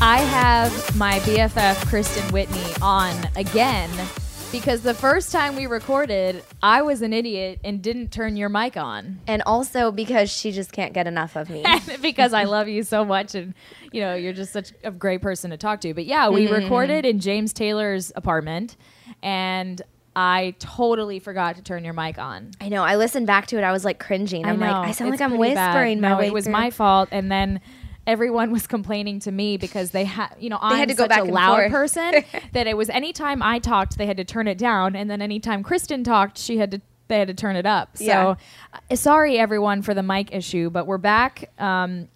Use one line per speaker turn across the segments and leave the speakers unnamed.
I have my BFF Kristen Whitney on again because the first time we recorded, I was an idiot and didn't turn your mic on
and also because she just can't get enough of me.
because I love you so much and you know you're just such a great person to talk to. But yeah, we recorded in James Taylor's apartment and. I totally forgot to turn your mic on.
I know. I listened back to it. I was like cringing. I'm like,
know,
I sound
it's
like I'm
pretty bad.
whispering. My
no,
way
it was
through.
my fault, and then everyone was complaining to me because they had, you know, I'm
had to go
such
back
a
and
loud
forth.
person that it was anytime I talked, they had to turn it down, and then anytime Kristen talked, she had to. They had to turn it up. So,
Yeah.
uh, sorry everyone for the mic issue, but we're back. Um,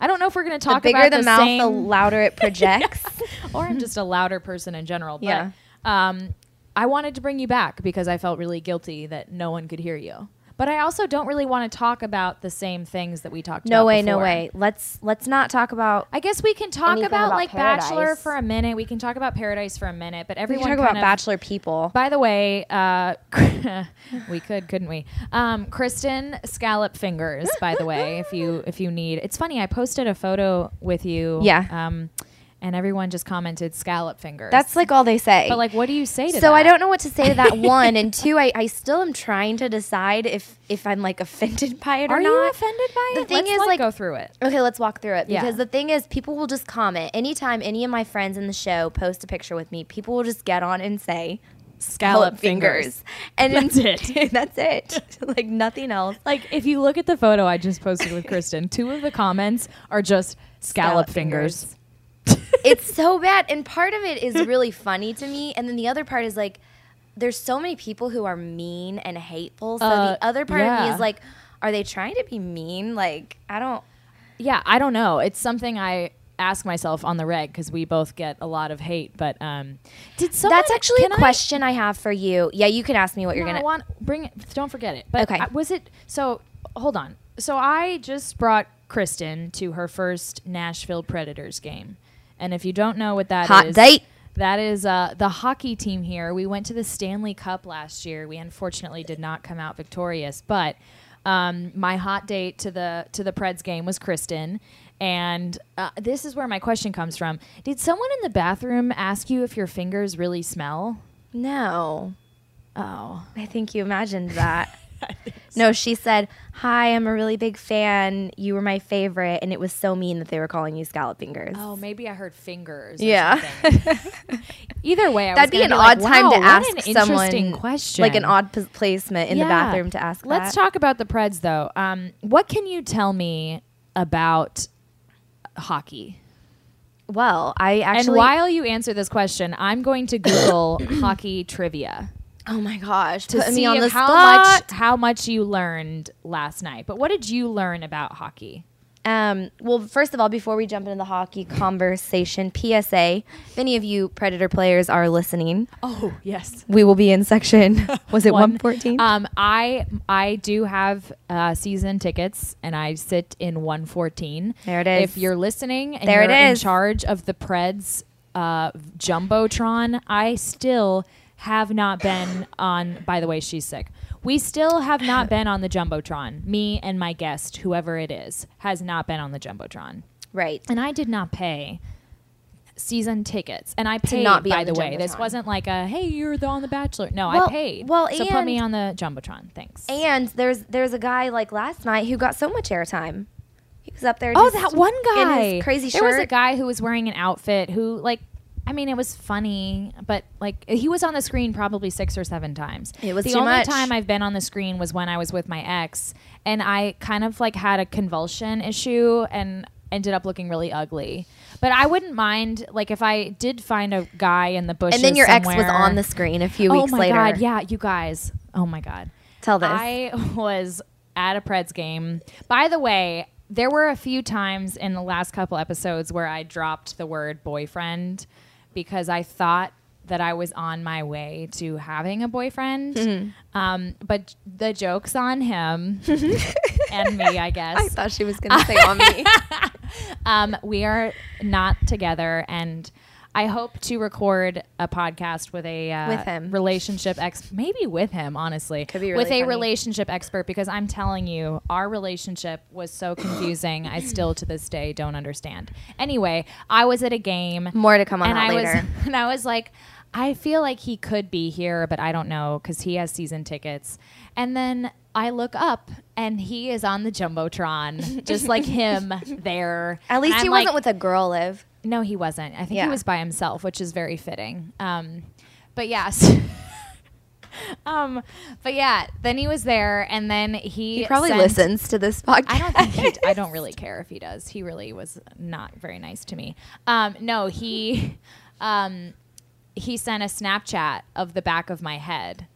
I don't know if we're going to
The
talk
bigger
about
the,
the
mouth,
same
the louder it projects.
or I'm just a louder person in general. But,
Yeah.
Um, I wanted to bring you back because I felt really guilty that no one could hear you. But I also don't really want to talk about the same things that we talked about.
No way, no
before.
way. Let's let's not talk about.
I guess we can talk
Anything
about,
about
like Bachelor
Paradise.
for a minute. We can talk about Paradise for a minute, but
We
everyone
can talk
kind
about
of-
bachelor people.
By the way, uh, we could, couldn't we? Um, Kristen Scallop Fingers. By the way, if you if you need, it's funny. I posted a photo with you.
Yeah.
Um, and everyone just commented Scallop Fingers.
That's like all they say.
But like, what do you say to
so
that?
I don't know what to say to that one and two. I, I still am trying to decide if if I'm like offended by it
Are
or
you
not.
offended by
The
it?
thing
Let's,
is,
like,
like-
go through it.
Okay, let's walk through it
Yeah.
because the thing is, people will just comment anytime any of my friends in the show post a picture with me. People will just get on and say
Scallop
and
That's
it's-
it.
that's it. like nothing else.
Like, if you look at the photo I just posted with Kristen, two of the comments are just scallop,
Scallop
fingers.
fingers. it's so bad. And part of it is really funny to me. And then the other part is like, there's so many people who are mean and hateful. So
Uh,
the other part of me
yeah.
is like, are they trying to be mean? Like, I don't.
Yeah, I don't know. It's something I ask myself on the reg because we both get a lot of hate. But um, did someone?
That's actually
can
a
I-
question I have for you. Yeah, you can ask me what you're
No,
gonna.
I want bring it. Don't forget it. But
Okay.
I- was it so? Hold on. So I just brought Kristen to her first Nashville Predators game, and if you don't know what that is,
Hot date.
That is uh, the hockey team here. We went to the Stanley Cup last year. We unfortunately did not come out victorious, but um, my hot date to the to the Preds game was Kristen. And uh, this is where my question comes from. Did someone in the bathroom ask you if your fingers really smell?
no,
Oh,
I think you imagined that. No, she said, "Hi, I'm a really big fan. You were my favorite, and it was so mean that they were calling you scallop fingers."
Oh, maybe I heard fingers. or
Yeah.
something. Either way, I
That'd
was
be an
gonna
odd
like,
time
wow,
to
what
ask
an
someone,
interesting question,
like an odd pos- placement in
Yeah.
the bathroom to ask.
Let's
that.
talk about the Preds, though. Um, what can you tell me about hockey?
Well, I actually.
and while you answer this question, I'm going to Google hockey trivia
Oh my gosh!
to
put
see
me on
if
the
how
spot.
much how much you learned last night. But what did you learn about hockey?
Um, well, first of all, before we jump into the hockey conversation, PSA: if any of you Predator players are listening,
Oh yes,
we will be in section. Was it
one.
one fourteen?
Um, I I do have uh, season tickets, and I sit in one fourteen.
There it is.
If you're listening, and
There
you're
it
in
is.
charge of the Preds uh, jumbotron, I still have not been on. By the way, she's sick. We still have not been on the jumbotron. Me and my guest, whoever it is, has not been on the jumbotron
right.
and I did not pay season tickets. And I paid
not be
by
on
the,
the
way. This
Jumbotron.
wasn't like a hey, you're the on the Bachelor. No, I
Well-
paid.
well,
so put me
and-
on the jumbotron. Thanks.
And there's there's a guy like last night who got so much airtime. He was up there.
oh,
just
that one guy.
in his crazy
there
shirt.
was a guy who was wearing an outfit who like. I mean, it was funny, but like he was on the screen probably six or seven times.
It was
the
too
only
much.
time I've been on the screen was when I was with my ex, and I kind of like had a convulsion issue and ended up looking really ugly. But I wouldn't mind like if I did find a guy in the bushes.
and then your ex was
somewhere-
on the screen a few weeks
oh my
later.
god! Yeah, you guys. Oh my god.
Tell this.
I was at a Preds game. By the way, there were a few times in the last couple episodes where I dropped the word boyfriend because I thought that I was on my way to having a boyfriend.
Mm-hmm.
Um, but the joke's on him and me, I
I
guess.
thought she was going to say on me.
Um, we are not together and. I hope to record a podcast with a uh,
With him.
relationship ex, maybe with him. Honestly,
Could be really
with a
funny.
relationship expert because I'm telling you, our relationship was so confusing. I still to this day don't understand. Anyway, I was at a game
More to come on
and
that
I
later.
was and I was like, I feel like he could be here, but I don't know because he has season tickets. And then I look up and he is on the jumbotron, just like him there.
At least
And
he
I'm
wasn't
like-
with a girl, Liv.
No, he wasn't. I think
Yeah.
he was by himself, which is very fitting. Um, but yes. um, but yeah, then he was there, and then he
He probably
sent-
listens to this podcast.
I don't think he, I don't really care if he does. He really was not very nice to me. Um, no, he um, he sent a Snapchat of the back of my head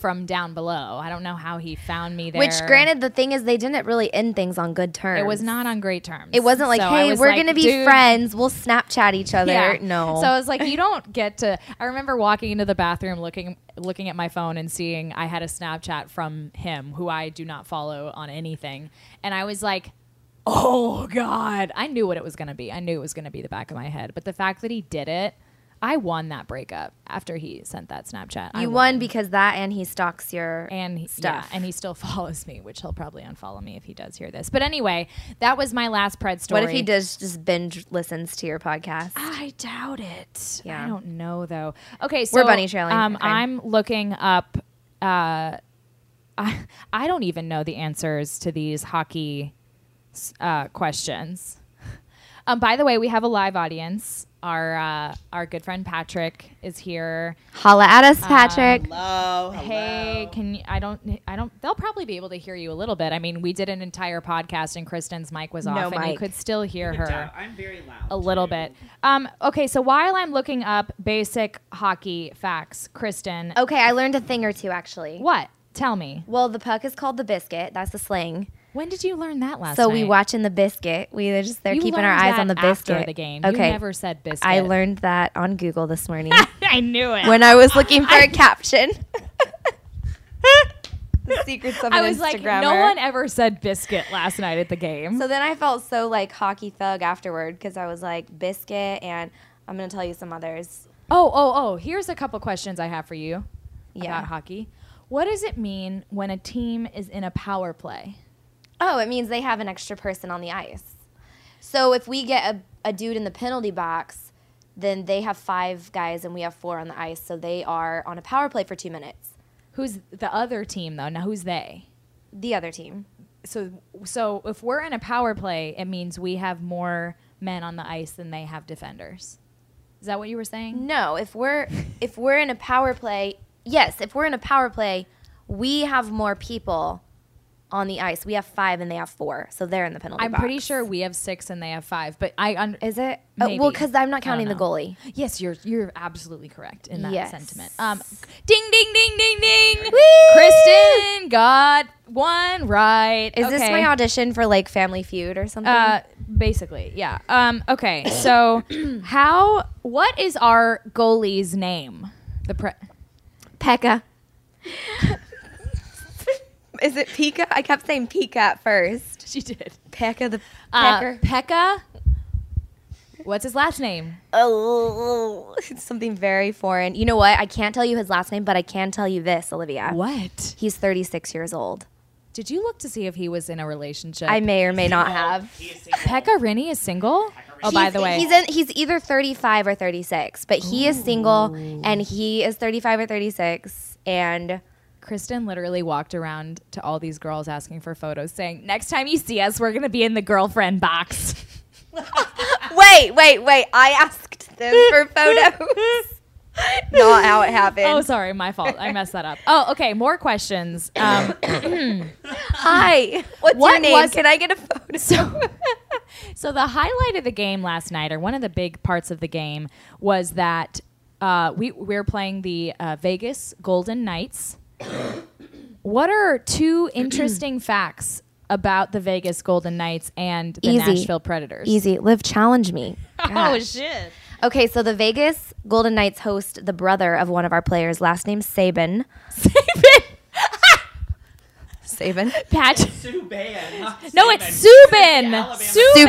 from down below. I don't know how he found me there.
Which, granted, the thing is, they didn't really end things on good terms.
it was not on great terms.
It wasn't like,
So I
hey,
was
we're
like,
going to be
"Dude,
friends. We'll Snapchat each other.
Yeah.
No.
So I was like, you don't get to. I remember walking into the bathroom, looking looking at my phone, and seeing I had a Snapchat from him, who I do not follow on anything, and I was like. Oh God! I knew what it was going to be. I knew it was going to be the back of my head. But the fact that he did it, I won that breakup after he sent that Snapchat. I
you won because that and he stalks your
and he,
stuff.
Yeah, and he still follows me, which he'll probably unfollow me if he does hear this. But anyway, that was my last Pred story.
what if he does just binge listens to your podcast?
I doubt it.
Yeah.
I don't know though. Okay, so
We're bunny trailing.
Um,
Okay.
I'm looking up. Uh, I I don't even know the answers to these hockey s- uh, questions. Um, by the way, we have a live audience. Our uh, our good friend Patrick is here.
Holla at
Um,
us, Patrick.
Hello. hello.
Hey, can you, I don't I don't they'll probably be able to hear you a little bit. I mean, we did an entire podcast and Kristen's mic was
No
off and you
mic.
could still hear her
I'm very loud.
a little bit. Um, okay, so while I'm looking up basic hockey facts, Kristen,
okay, I learned a thing or two actually.
what? Tell me.
Well, the puck is called the biscuit. That's the slang.
When did you learn that last?
so we
night?
watching the biscuit. We were just there
You
keeping our
learned
eyes
that
on the biscuit.
after the game.
Okay.
You never said biscuit.
I learned that on Google this morning
I knew it.
when I was looking for a caption. the secrets of an
I was like,
Instagrammer.
no one ever said biscuit last night at the game.
So then I felt so like hockey thug afterward because I was like biscuit and I'm gonna tell you some others.
oh, oh, oh! Here's a couple questions I have for you
Yeah.
about hockey. What does it mean when a team is in a power play?
Oh, it means they have an extra person on the ice. So if we get a, a dude in the penalty box, then they have five guys and we have four on the ice. So they are on a power play for two minutes.
Who's the other team though? Now who's they?
The other team.
so so if we're in a power play, it means we have more men on the ice than they have defenders. Is that what you were saying?
No, if we're if we're in a power play, yes, if we're in a power play, we have more people on the ice. We have five and they have four, so they're in the penalty.
I'm pretty
box.
sure we have six and they have five, but I un-
Is it? Oh, well,
Maybe.
because I'm
I
not
don't
counting the
know.
goalie.
yes, you're you're absolutely correct in that
Yes.
sentiment. Um, ding ding ding ding ding. Kristen got one right.
Is this
Okay.
my audition for like Family Feud or something?
Uh, basically, yeah. Um, okay, so how? What is our goalie's name? The pre-
Pekka. Is it Pika? I kept saying Pika at first.
she did.
Pekka the
Uh,
Pecker.
Pekka. What's his last name?
oh, it's something very foreign. You know what? I can't tell you his last name, but I can tell you this, Olivia.
What?
He's 36 years old.
Did you look to see if he was in a relationship?
I may or may not have.
Oh, He is single.
Pekka Rennie is single. Oh, by
He's-
the way,
he's in, he's either 35 or 36, but he is single and he is 35 or 36 and
Kristen literally walked around to all these girls asking for photos, saying, "Next time you see us, we're gonna be in the girlfriend box."
Wait, wait, wait. I asked them for photos. Not how it happened.
oh, sorry, my fault. I messed that up. Oh, okay. More questions. Um,
Hi. What's
What
your name?
was-
Can I get a photo?
So, so the highlight of the game last night, or one of the big parts of the game, was that uh, we we were playing the uh, Vegas Golden Knights. what are two interesting facts about the Vegas Golden Knights and the
Easy.
Nashville Predators?
Easy. Liv, challenge me.
Oh shit.
Okay, so the Vegas Golden Knights host the brother of one of our players, last name Saban.
Saban.
Pat.
Subban.
No, it's Subin. Subin.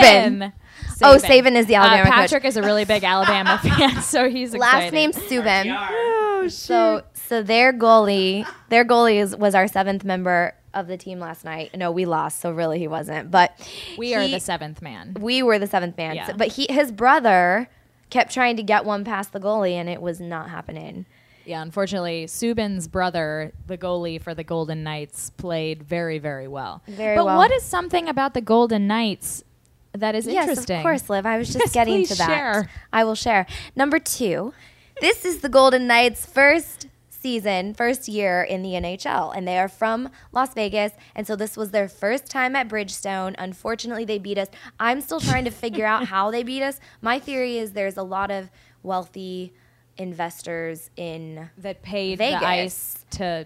Subban. Oh, Saban is the Alabama
Uh, Patrick
coach.
is a really big Alabama fan, so he's excited.
Last name Subin. So, so their goalie, their goalie is, was our seventh member of the team last night. No, we lost, so really he wasn't. But
We are
he-
the seventh man.
We were the seventh man.
Yeah.
So- But he, his brother, kept trying to get one past the goalie, and it was not happening.
Yeah, unfortunately, Subin's brother, the goalie for the Golden Knights, played very, very well.
Very
but
well.
what is something about the Golden Knights that is interesting?
Yes, of course, Liv. I was just
Yes,
getting
please
to that.
share.
I will share. Number two, this is the Golden Knights' first season, first year in the NHL, and they are from Las Vegas, and so this was their first time at Bridgestone. Unfortunately, they beat us. I'm still trying to figure out how they beat us. My theory is there's a lot of wealthy investors in
That paid
Vegas.
the ice to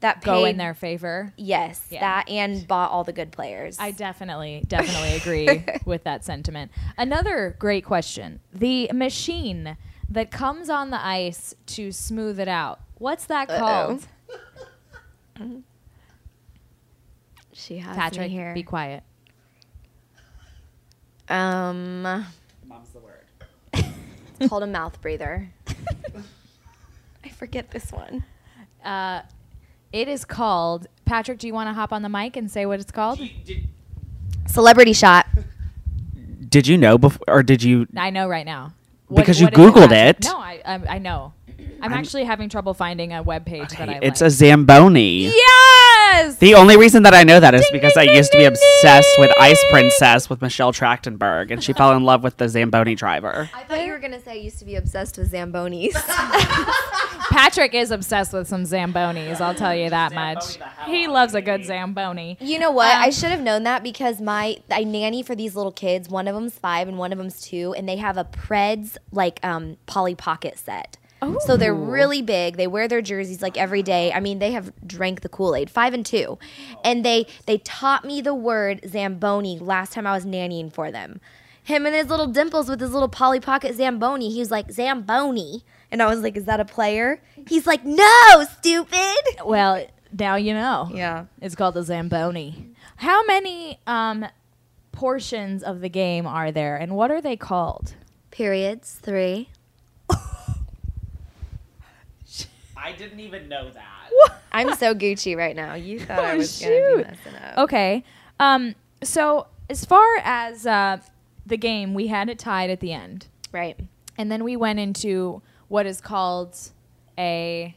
that
go
paid-
in their favor.
Yes,
Yeah.
that and bought all the good players.
I definitely, definitely agree with that sentiment. Another great question the machine that comes on the ice to smooth it out. What's that called?
she has
Patrick,
me here.
be quiet.
um,
Mom's the word.
it's called a mouth breather. I forget this one.
Uh, it is called. Patrick, do you want to hop on the mic and say what it's called?
Did,
Celebrity shot.
did you know before, or did you?
I know right now.
Because you
is
Googled
Patrick?
it.
No, I, I, I know. I'm, actually having trouble finding a web page that I like.
It's a Zamboni.
yes.
The only reason that I know that is
Ding,
because
ding,
I
ding,
used to be
ding,
obsessed with Ice
ding.
Princess with Michelle Trachtenberg, and she fell in love with the Zamboni driver.
I thought you were gonna say I used to be obsessed with zambonis.
Patrick is obsessed with some zambonis. I'll tell you that much.
the hell
He
out
loves a good zamboni.
you know what? I should have known that because my I nanny for these little kids. One of them's five and one of them's two, and they have a Preds like um Polly Pocket set. So they're really big. They wear their jerseys like every day. I mean, they have drank the Kool Aid. Five and two, and they they taught me the word zamboni last time I was nannying for them. Him and his little dimples with his little Polly Pocket zamboni. He was like zamboni, and I was like, "Is that a player?" He's like, "No, stupid."
Well, now you know.
Yeah.
It's called a zamboni. How many um, portions of the game are there, and what are they called?
Periods three.
I didn't even know that.
I'm so Gucci right now. You thought I
Oh,
was gonna be
shoot. Oh.
messing up.
Okay. Um, so as far as uh, the game, we had it tied at the end,
Right.
and then we went into what is called a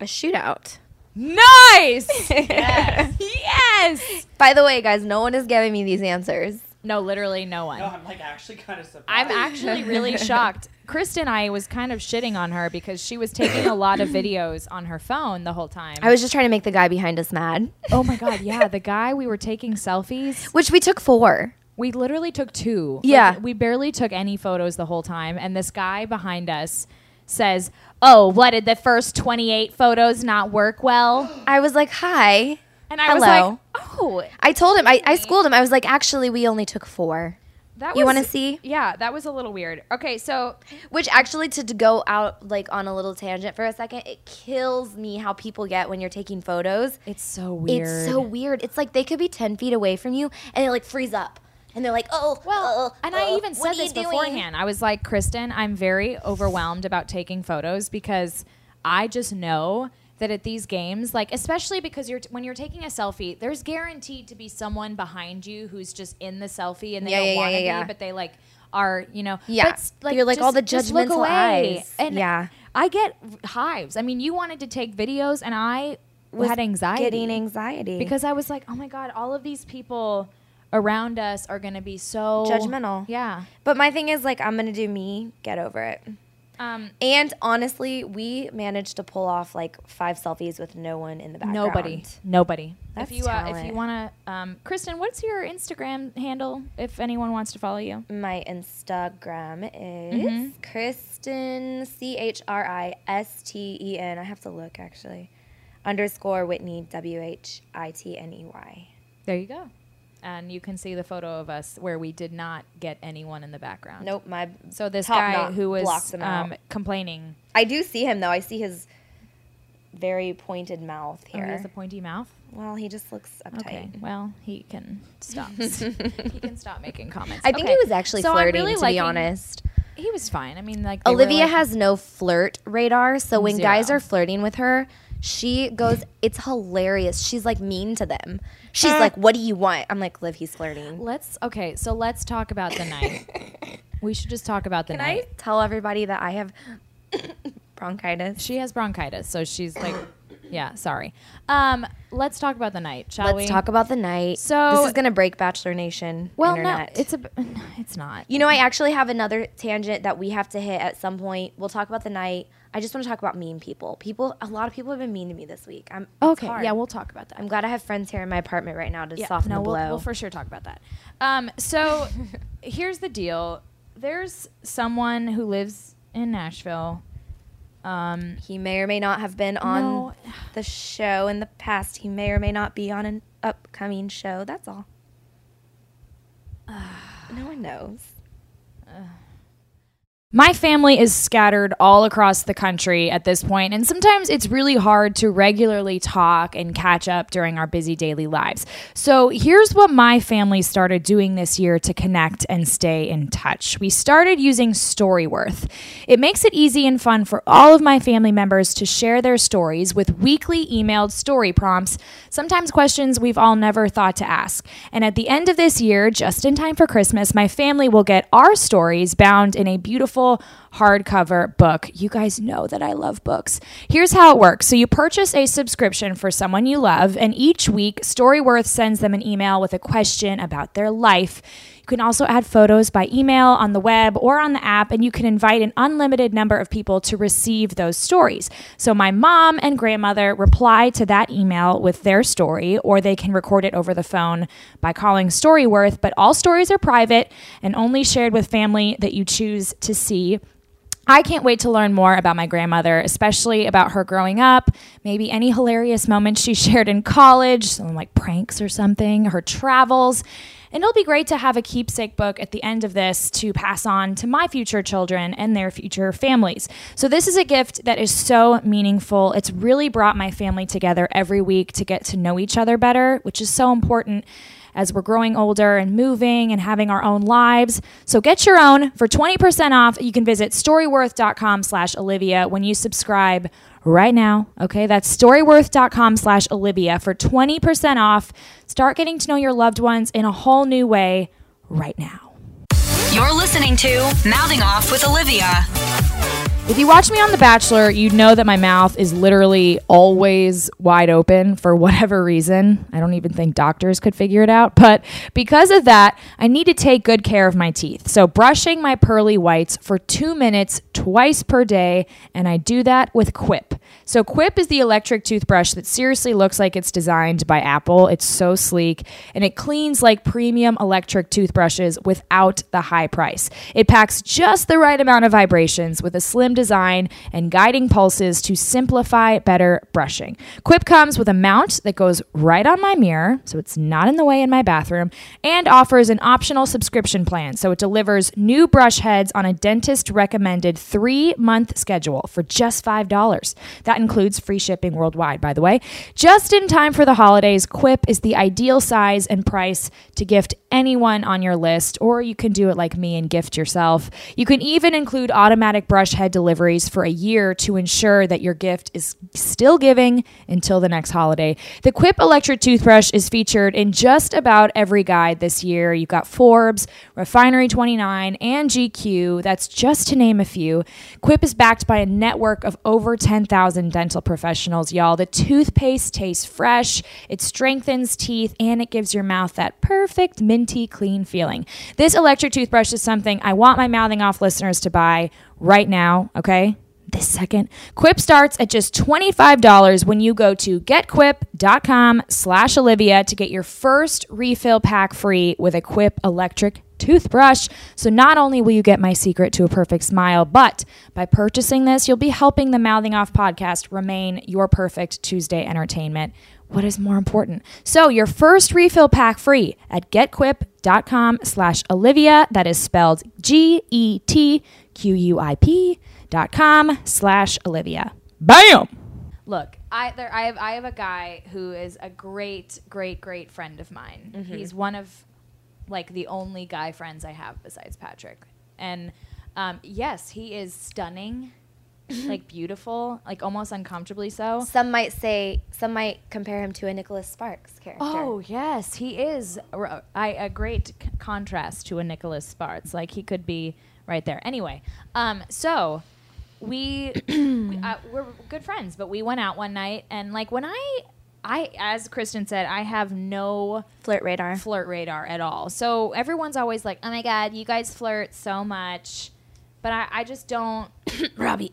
A shootout.
nice. yes. yes.
By the way, guys, no one is giving me these answers.
No, literally no one.
No, I'm like actually kind of surprised.
I'm actually really shocked. Kristen, I was kind of shitting on her because she was taking a lot of videos on her phone the whole time.
I was just trying to make the guy behind us mad.
oh my god, yeah, the guy we were taking selfies.
Which we took four.
We literally took two. Like,
Yeah.
we barely took any photos the whole time. And this guy behind us says, Oh, what did the first 28 photos not work well?
I was like, hi.
And I
Hello.
was like, Oh,
I told him, I, I schooled him. I was like, actually, we only took four.
that
You
was-
wanna see?
Yeah, that was a little weird. Okay, so
Which actually, to, to go out like on a little tangent for a second, it kills me how people get when you're taking photos.
it's so weird.
It's so weird. It's like they could be 10 feet away from you and they like freeze up. And they're like, oh,
Well,
oh,
and
oh,
I even
what
said
are you
this
doing?
beforehand. I was like, Kristen, I'm very overwhelmed about taking photos because I just know that at these games, like especially because you're when you're taking a selfie, there's guaranteed to be someone behind you who's just in the selfie and they
Yeah,
don't
yeah, yeah,
want to
yeah,
be,
yeah.
but they like are you know?
Yeah.
but s-
You're like all the
just look
judgmental
away.
eyes.
And
Yeah.
I get hives. I mean, you wanted to take videos, and I had anxiety
Getting anxiety.
because I was like, oh my god, all of these people around us are going to be so
Judgmental.
Yeah.
But my thing is like I'm gonna do me. Get over it.
Um,
And honestly, we managed to pull off like five selfies with no one in the background.
nobody, nobody.
That's
if you uh, if you
talent.
want to, um, Kristen, what's your Instagram handle if anyone wants to follow you?
My Instagram is Kristen C H R I S T E N. I have to look actually. Underscore Whitney W H I T N E Y.
There you go. And you can see the photo of us where we did not get anyone in the background.
Nope, my
So this
top
guy
knot
who
blocked
was
them out.
um, complaining,
I do see him though. I see his very pointed mouth
oh, he
here.
has a pointy mouth.
well, he just looks uptight.
Okay. Well, he can stop. he can stop making comments.
I think
Okay,
he was actually
so I'm
flirting,
really
to be
liking-
honest.
He was fine. I mean, like they were
Olivia
like-
has no flirt radar, so when
Zero.
guys are flirting with her, she goes, it's hilarious. She's like mean to them. She's like, what do you want? I'm like, Liv, he's flirting.
Let's okay. So let's talk about the night. we should just talk about the
Can
night.
I tell everybody that I have bronchitis?
She has bronchitis, so she's like, yeah, sorry. Um, let's talk about the night, shall
Let's
we?
talk about the night.
So-
this is gonna break Bachelor Nation.
Well,
internet.
no, it's a, no, it's not.
You know, I actually have another tangent that we have to hit at some point. We'll talk about the night. I just want to talk about mean people. People, a lot of people have been mean to me this week. I'm it's
Okay,
hard.
yeah, we'll talk about that.
I'm glad I have friends here in my apartment right now to
Yeah,
soften
no,
the blow.
We'll, we'll for sure talk about that. Um, so here's the deal. There's someone who lives in Nashville. Um,
he may or may not have been on
No.
the show in the past. He may or may not be on an upcoming show. That's all. no one knows.
My family is scattered all across the country at this point, and sometimes it's really hard to regularly talk and catch up during our busy daily lives. So, here's what my family started doing this year to connect and stay in touch. We started using Storyworth. It makes it easy and fun for all of my family members to share their stories with weekly emailed story prompts, sometimes questions we've all never thought to ask. And at the end of this year, just in time for Christmas, my family will get our stories bound in a beautiful hardcover book. You guys know that I love books. Here's how it works. So you purchase a subscription for someone you love, and each week Storyworth sends them an email with a question about their life. You can also add photos by email, on the web, or on the app, and you can invite an unlimited number of people to receive those stories. So, my mom and grandmother reply to that email with their story, or they can record it over the phone by calling Storyworth. But all stories are private and only shared with family that you choose to see. I can't wait to learn more about my grandmother, especially about her growing up, maybe any hilarious moments she shared in college, some like pranks or something, her travels. And it'll be great to have a keepsake book at the end of this to pass on to my future children and their future families. So, this is a gift that is so meaningful. It's really brought my family together every week to get to know each other better, which is so important as we're growing older and moving and having our own lives. So get your own for 20% off. You can visit storyworth.com slash Olivia when you subscribe right now. Okay, that's storyworth.com slash Olivia for 20% off. Start getting to know your loved ones in a whole new way right now.
You're listening to Mouthing Off with Olivia.
If you watch me on The Bachelor, you know that my mouth is literally always wide open for whatever reason. I don't even think doctors could figure it out. But because of that, I need to take good care of my teeth. So, brushing my pearly whites for two minutes twice per day, and I do that with Quip. So, Quip is the electric toothbrush that seriously looks like it's designed by Apple. It's so sleek and it cleans like premium electric toothbrushes without the high price. It packs just the right amount of vibrations with a slim design and guiding pulses to simplify better brushing. Quip comes with a mount that goes right on my mirror, so it's not in the way in my bathroom, and offers an optional subscription plan. So it delivers new brush heads on a dentist recommended three month schedule for just $5. That includes free shipping worldwide, by the way. Just in time for the holidays, Quip is the ideal size and price to gift anyone on your list, or you can do it like me and gift yourself. You can even include automatic brush head deliveries for a year to ensure that your gift is still giving until the next holiday. The Quip electric toothbrush is featured in just about every guide this year. You've got Forbes, Refinery 29, and GQ. That's just to name a few. Quip is backed by a network of over 10,000 dental professionals, y'all. The toothpaste tastes fresh, it strengthens teeth, and it gives your mouth that perfect minty clean feeling. This electric toothbrush is something I want my mouthing off listeners to buy right now, okay? This second. Quip starts at just $25 when you go to getquip.com slash Olivia to get your first refill pack free with a Quip electric toothbrush. So not only will you get my secret to a perfect smile, but by purchasing this, you'll be helping the Mouthing Off podcast remain your perfect Tuesday entertainment what is more important? So your first refill pack free at getquip.com slash Olivia. That is spelled E G-E-T-Q-U-I-P dot com slash Olivia.
Bam!
Look, I there I have I have a guy who is a great, great, great friend of mine. He's one of like the only guy friends I have besides Patrick. And um, yes, he is stunning, like beautiful, like almost uncomfortably so.
Some might say, some might compare him to a Nicholas Sparks character.
Oh yes, he is a ro- I a great c- contrast to a Nicholas Sparks. Like he could be right there. Anyway, um, so we, we uh, we're good friends, but we went out one night and like when I I as Kristen said, I have no
Flirt radar.
flirt radar at all. So everyone's always like, "Oh my god, you guys flirt so much," but I I just don't.
Robbie.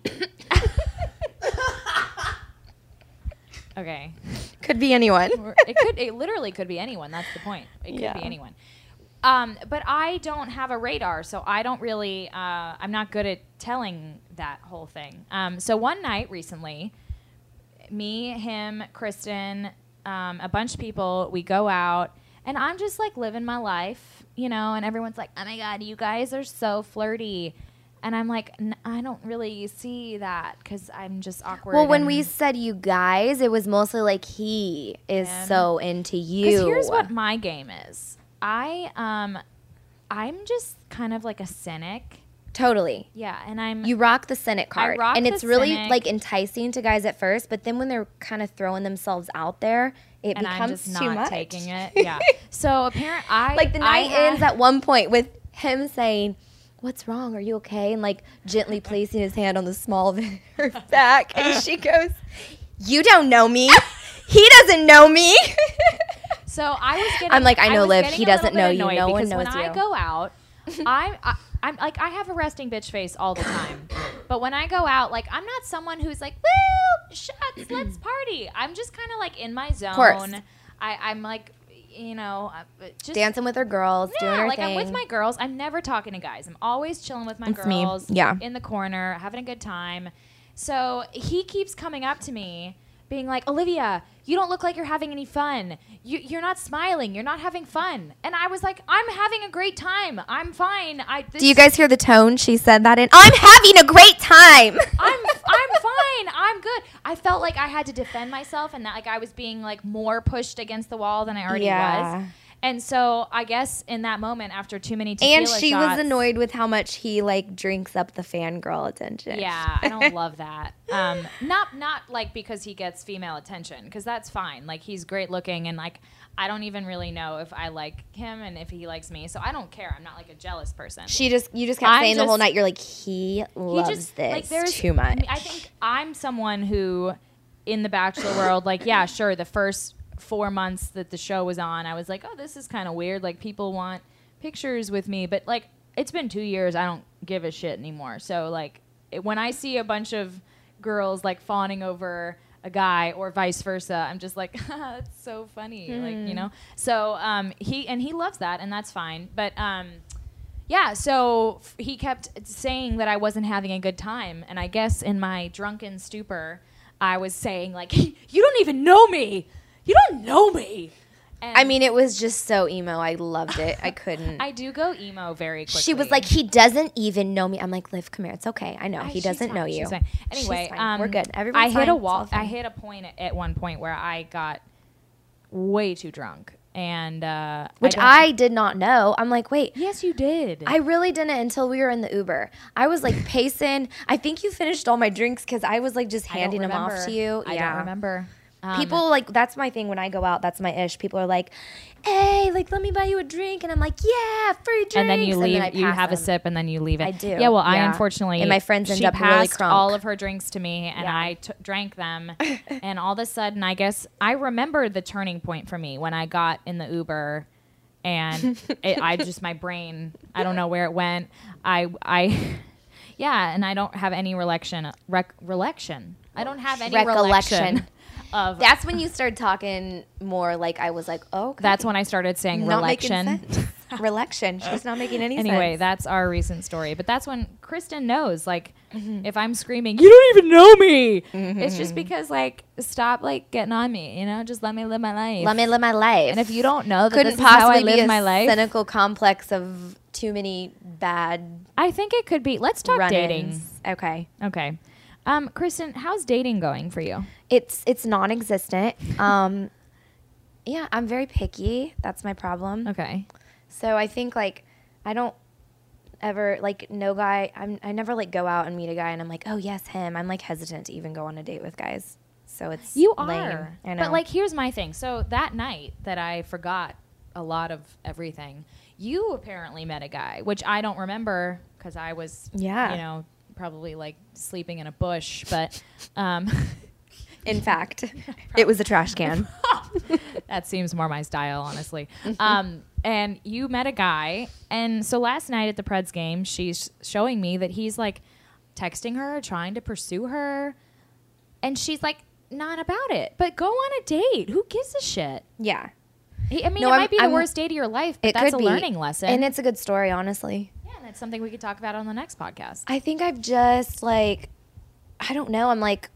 Okay.
Could be anyone.
Or it could it literally could be anyone that's the point it could
Yeah.
be anyone um, but i don't have a radar so i don't really uh, i'm not good at telling that whole thing um, so one night recently me him kristen um, a bunch of people we go out and i'm just like living my life you know and everyone's like oh my god you guys are so flirty and i'm like N- i don't really see that because i'm just awkward
Well, when
and-
we said you guys, it was mostly like he is
Him.
so into you.
Because here's what my game is. I um, I'm just kind of like a cynic.
Totally.
Yeah, and I'm
You rock the cynic card,
rock
and
the
it's really
cynic.
like enticing to guys at first, but then when they're kind of throwing themselves out there, it
and I'm
becomes
just
too
not
much.
taking it. Yeah. so apparently, I
like the
I
night
had-
ends at one point with him saying, "What's wrong? Are you okay?" and like gently placing his hand on the small of her back, and she goes, "You don't know me. he doesn't know me."
So I was getting.
I'm like, I know,
was
Liv,
getting
he
a little
doesn't
bit
know you.
annoyed
No one
because
knows
when I
you.
go out, I'm. I, I'm like I have a resting bitch face all the time, but when I go out, like I'm not someone who's like, "Woo, shots, let's party." I'm just kind of like in my zone.
course.
I, I'm like, you know, I- just
Dancing with her girls, doing
Yeah,
her
like
thing.
I'm with my girls. I'm never talking to guys. I'm always chilling with my
It's me.
girls.
Yeah.
In the corner, having a good time. So he keeps coming up to me, being like, Olivia, you don't look like you're having any fun. You, you're not smiling. You're not having fun. And I was like, I'm having a great time. I'm fine. I, this,
Do you guys hear the tone she said that in? I'm having a great time.
I'm I'm fine. I'm good. I felt like I had to defend myself and that like I was being like more pushed against the wall than I already
Yeah.
was. And so I guess in that moment, after too many tequila
and she was
shots-
annoyed with how much he like drinks up the fangirl attention.
Yeah, I don't love that. Um, not not like because he gets female attention, because that's fine. Like he's great looking, and like I don't even really know if I like him and if he likes me, so I don't care. I'm not like a jealous person.
She just you just kept
I'm
saying the whole
just-
night you're like he
He
loves
just
this
like there's
too much.
I think I'm someone who, in the Bachelor world, like yeah, sure, the first four months that the show was on, I was like, oh, this is kind of weird. Like people want pictures with me, but like it's been two years, I don't give a shit anymore. So like it, when I see a bunch of girls like fawning over a guy or vice versa i'm just like that's so funny like
Hmm.
you know so um he and he loves that and that's fine but um yeah, so f- he kept saying that I wasn't having a good time, and I guess in my drunken stupor, I was saying like, "You don't even know me. You don't know me." And
I mean, it was just so emo. I loved it. I couldn't.
I do go emo very quickly.
she was like, he doesn't even know me. I'm like, Liv, come here. It's okay. I know
I-
he
she's
doesn't
fine,
know
she's
you.
fine. Anyway,
fine.
Um,
We're good.
I
Everyone's
hit
fine.
a
It's all
wall. I
fine.
hit a point at, at one point where I got way too drunk, and uh,
which
don't-
I, did not know. I'm like, wait.
yes, you did.
I really didn't until we were in the Uber. I was like pacing. I think you finished all my drinks because I was like just
I don't
handing them off
remember.
to you.
I don't remember. Um,
People like that's my thing when I go out. That's my ish. People are like, "Hey, like let me buy you a drink," and I'm like, "Yeah, free drinks."
and then you leave.
I
you
pass
have a
them.
sip, and then you leave it.
I do,
Yeah. Well, I
yeah.
unfortunately
And my friends end
she
up really
passed
crunk.
all of her drinks to me, and
Yeah.
I t- drank them. and all of a sudden, I guess I remember the turning point for me when I got in the Uber, and it, I just my brain. I don't know where it went. I I. Yeah, and I don't have any recollection. Rec- recollection. I don't have any
Recollection.
recollection of.
That's when you started talking more. Like I was like, "Oh, okay."
that's when I started saying
Not making
recollection.
sense. Relaction. She's not making any
Anyway,
sense.
that's our recent story. But that's when Kristen knows. Like,
Mm-hmm.
if I'm screaming, you don't even know me. It's just because, like, stop like getting on me. You know, just let me live my life.
Let me live my life.
And if you don't know that
couldn't
this is how I
possibly
live
be a
my life,
cynical complex of too many bad
I think it could be. Let's talk dating.
run-ins. Okay.
Okay. Um, Kristen, how's dating going for you?
It's it's non-existent. Um, yeah, I'm very picky. That's my problem.
Okay.
So I think like I don't ever like no guy. I'm I never like go out and meet a guy and I'm like oh yes him. I'm like hesitant to even go on a date with guys. So it's
You
lame.
are.
I know.
But like here's my thing. So that night that I forgot a lot of everything, you apparently met a guy, which I don't remember because I was
Yeah.
you know, probably like sleeping in a bush, but um
in fact, it was a trash can.
that seems more my style, honestly. um, and you met a guy, and so last night at the Preds game, she's showing me that he's like texting her, trying to pursue her, and she's like, "Not about it." But go on a date. Who gives a shit?
yeah,
He, I mean,
No,
it
I'm-
might be
I'm-
the worst day of your life, but
it
that's
could
a
be
learning lesson,
and it's a good story, honestly.
yeah, and it's something we could talk about on the next podcast.
I think I've just like, I don't know. I'm like,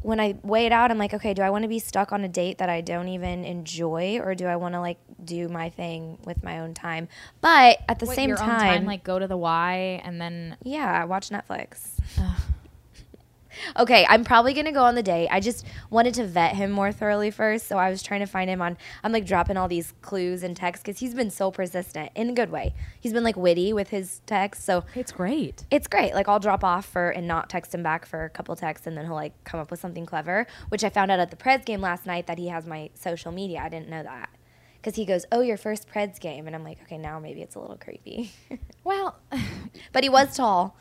when I weigh it out, I'm like, okay, do I want to be stuck on a date that I don't even enjoy, or do I want to like do my thing with my own time? But at the
What,
same
your
time,
own time, like go to the Y, and then
yeah, watch Netflix. okay, I'm probably gonna go on the date. I just wanted to vet him more thoroughly first, so I was trying to find him on. I'm like dropping all these clues and texts because he's been so persistent in a good way. He's been like witty with his texts, so
it's great.
it's great. Like I'll drop off for and not text him back for a couple texts, and then he'll like come up with something clever. Which I found out at the Preds game last night that he has my social media. I didn't know that because he goes, "Oh, your first Preds game," and I'm like, "Okay, now maybe it's a little creepy."
Well,
but he was tall,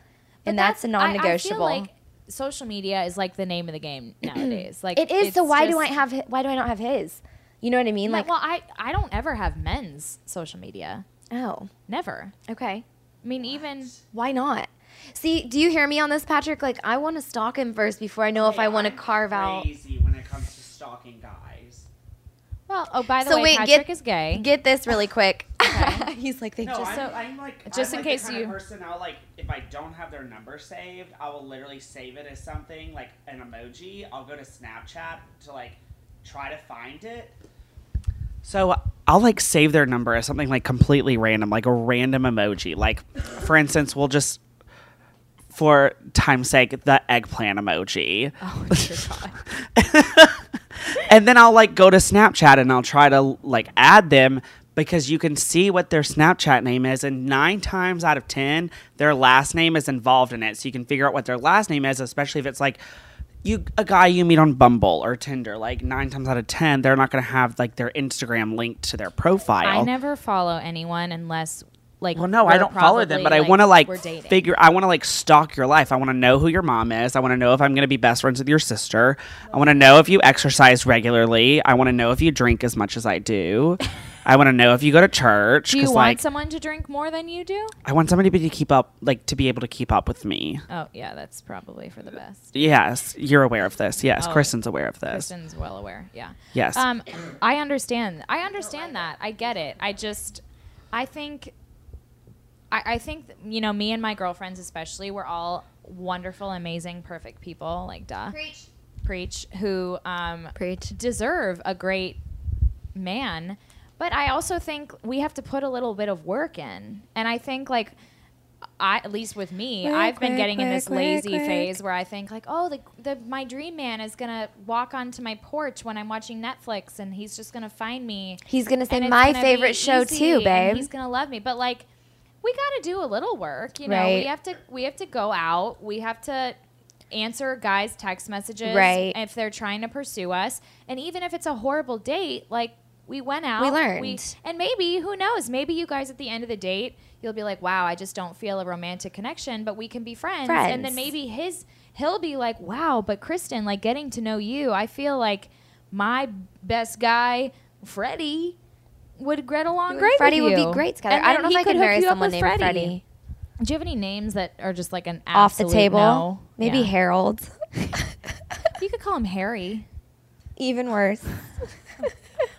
and that's, a
I- I feel
non-negotiable.
like social media is like the name of the game nowadays. Like
it is.
it's
So why do
just-
I have? hi- Why do I not have his? You know what I mean?
No,
Like,
well, I I don't ever have men's social media.
oh,
Never.
okay.
I mean, even
Why not? See, do you hear me on this, Patrick? Like, I want to stalk him first before I know if I want to carve out.
Crazy when it comes to stalking guys.
well. Oh, by the
So
way,
wait, get-
Patrick is gay.
Get this really quick. He's like, they
No,
just
I'm,
so-
I'm like
just
I'm
in
like the
case
kind of
you-
person I'll like if I don't have their number saved, I will literally save it as something like an emoji. I'll go to Snapchat to like try to find it. So I'll like save their number as something like completely random, like a random emoji. Like for instance, we'll just for time's sake, the eggplant emoji.
oh dear God.
and then I'll like go to Snapchat and I'll try to like add them because you can see what their Snapchat name is, and nine times out of ten, their last name is involved in it, so you can figure out what their last name is, especially if it's like you a guy you meet on Bumble or Tinder. Like nine times out of ten, they're not going to have like their Instagram linked to their profile.
I never follow anyone unless like.
Well, no, I
we're
don't follow them,
probably,
but I want to
we're
like
dating.
figure. I want to like stalk your life. I want to know who your mom is. I want to know if I'm going to be best friends with your sister. I want to know if you exercise regularly. I want to know if you drink as much as I do. I want to know if you go to church.
Do you
'cause,
want
like,
someone to drink more than you do?
I want somebody to keep up, like to be able to keep up with me.
Oh yeah, that's probably for the best.
Yes, you're aware of this. Yes,
Oh,
Kristen's aware of this.
Kristen's well aware. Yeah.
Yes.
Um, I understand. I understand that. I get it. I just, I think, I, I think you know, me and my girlfriends especially, we're all wonderful, amazing, perfect people. Like duh, preach, preach, who um,
Preach.
deserve a great man. But I also think we have to put a little bit of work in, and I think like. I, at least with me, I've been
work,
getting in this
work, work,
lazy
work.
phase where I think like, oh, the, the my dream man is gonna walk onto my porch when I'm watching Netflix, and he's just gonna find me.
He's gonna say
and it's
my
gonna be
favorite show
easy,
too,
and
babe.
He's gonna love me, but like, we gotta do a little work, you know.
Right.
We have to we have to go out. We have to answer guys' text messages,
Right.
If they're trying to pursue us, and even if it's a horrible date, like we went out,
We learned.
and maybe who knows? Maybe you guys at the end of the date, you'll be like, "Wow, I just don't feel a romantic connection, but we can be friends." And then
Friends.
maybe his he'll be like, "Wow, but Kristen, like getting to know you, I feel like my best guy, Freddie." Would get along great.
Freddie
with
would
you.
be great together.
And
I
then
don't know
he
if I could
hook
marry
you up
someone
with
named Freddie.
Do you have any names that are just like an
Off the
absolute
table.
no?
Maybe
Yeah.
Harold.
You could call him Harry.
Even worse.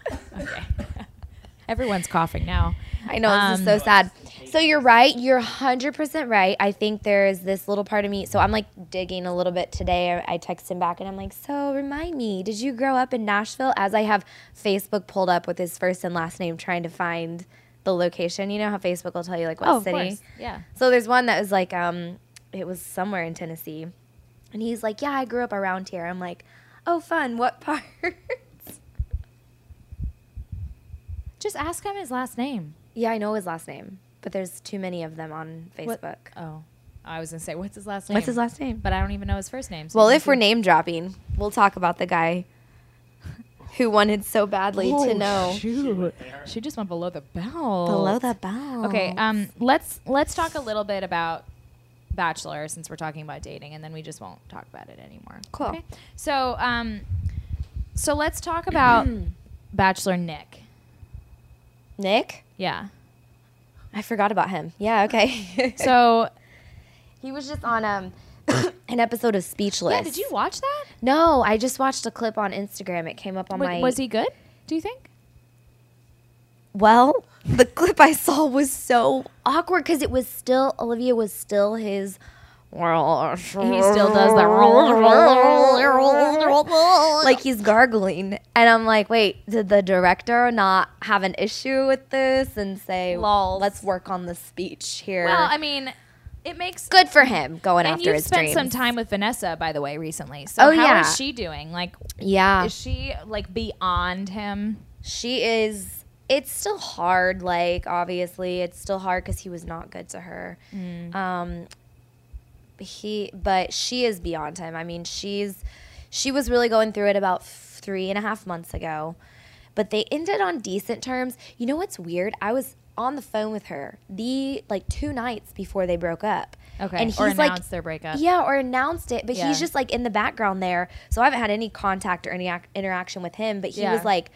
Everyone's coughing now.
I know this is so sad. So you're right. You're 100% right. I think there is this little part of me. So I'm like digging a little bit today. I- I text him back and I'm like, so remind me, did you grow up in Nashville? As I have Facebook pulled up with his first and last name, trying to find the location. You know how Facebook will tell you like what
Oh, of
city.
course. Yeah.
So there's one that was like, um, it was somewhere in Tennessee, and he's like, yeah, I grew up around here. I'm like, oh, fun. What part?
Just ask him his last name.
yeah, I know his last name, but there's too many of them on Facebook.
What- Oh, I was gonna say what's his last name?
What's his last name?
But I don't even know his first name. so
Well,
you
if we're name dropping, we'll talk about the guy who wanted so badly to know.
Oh, Shoot. She just went below the belt.
Below the bow.
Okay, um, let's let's talk a little bit about Bachelor since we're talking about dating, and then we just won't talk about it anymore.
Cool.
Okay? So, um, so let's talk about Bachelor Nick.
Nick?
Yeah.
I forgot about him. Yeah, okay.
So,
he was just on um an episode of Speechless.
yeah, did you watch that?
No, I just watched a clip on Instagram. It came up on
Wa-
my
was he good? Do you think?
Well, the clip I saw was so awkward because it was still Olivia was still his. He still
does that.
like he's gargling, and I'm like, wait, did the director not have an issue with this and say,
Lols.
let's work on the speech here?
Well, I mean, it makes
good for him going
and
after
you've
his
spent
dreams.
some time with Vanessa, by the way, recently. So
Oh,
how
yeah.
is she doing? Like,
Yeah,
is she like beyond him?
she is it's still hard like obviously it's still hard because he was not good to her
Mm.
um he but she is beyond him i mean she's she was really going through it about f- three and a half months ago but they ended on decent terms you know what's weird i was on the phone with her the like two nights before they broke up
Okay,
and
or
he's
announced
like
their breakup.
yeah, or announced it, but
Yeah.
he's just like in the background there. So I haven't had any contact or any ac- interaction with him, but he
Yeah.
was like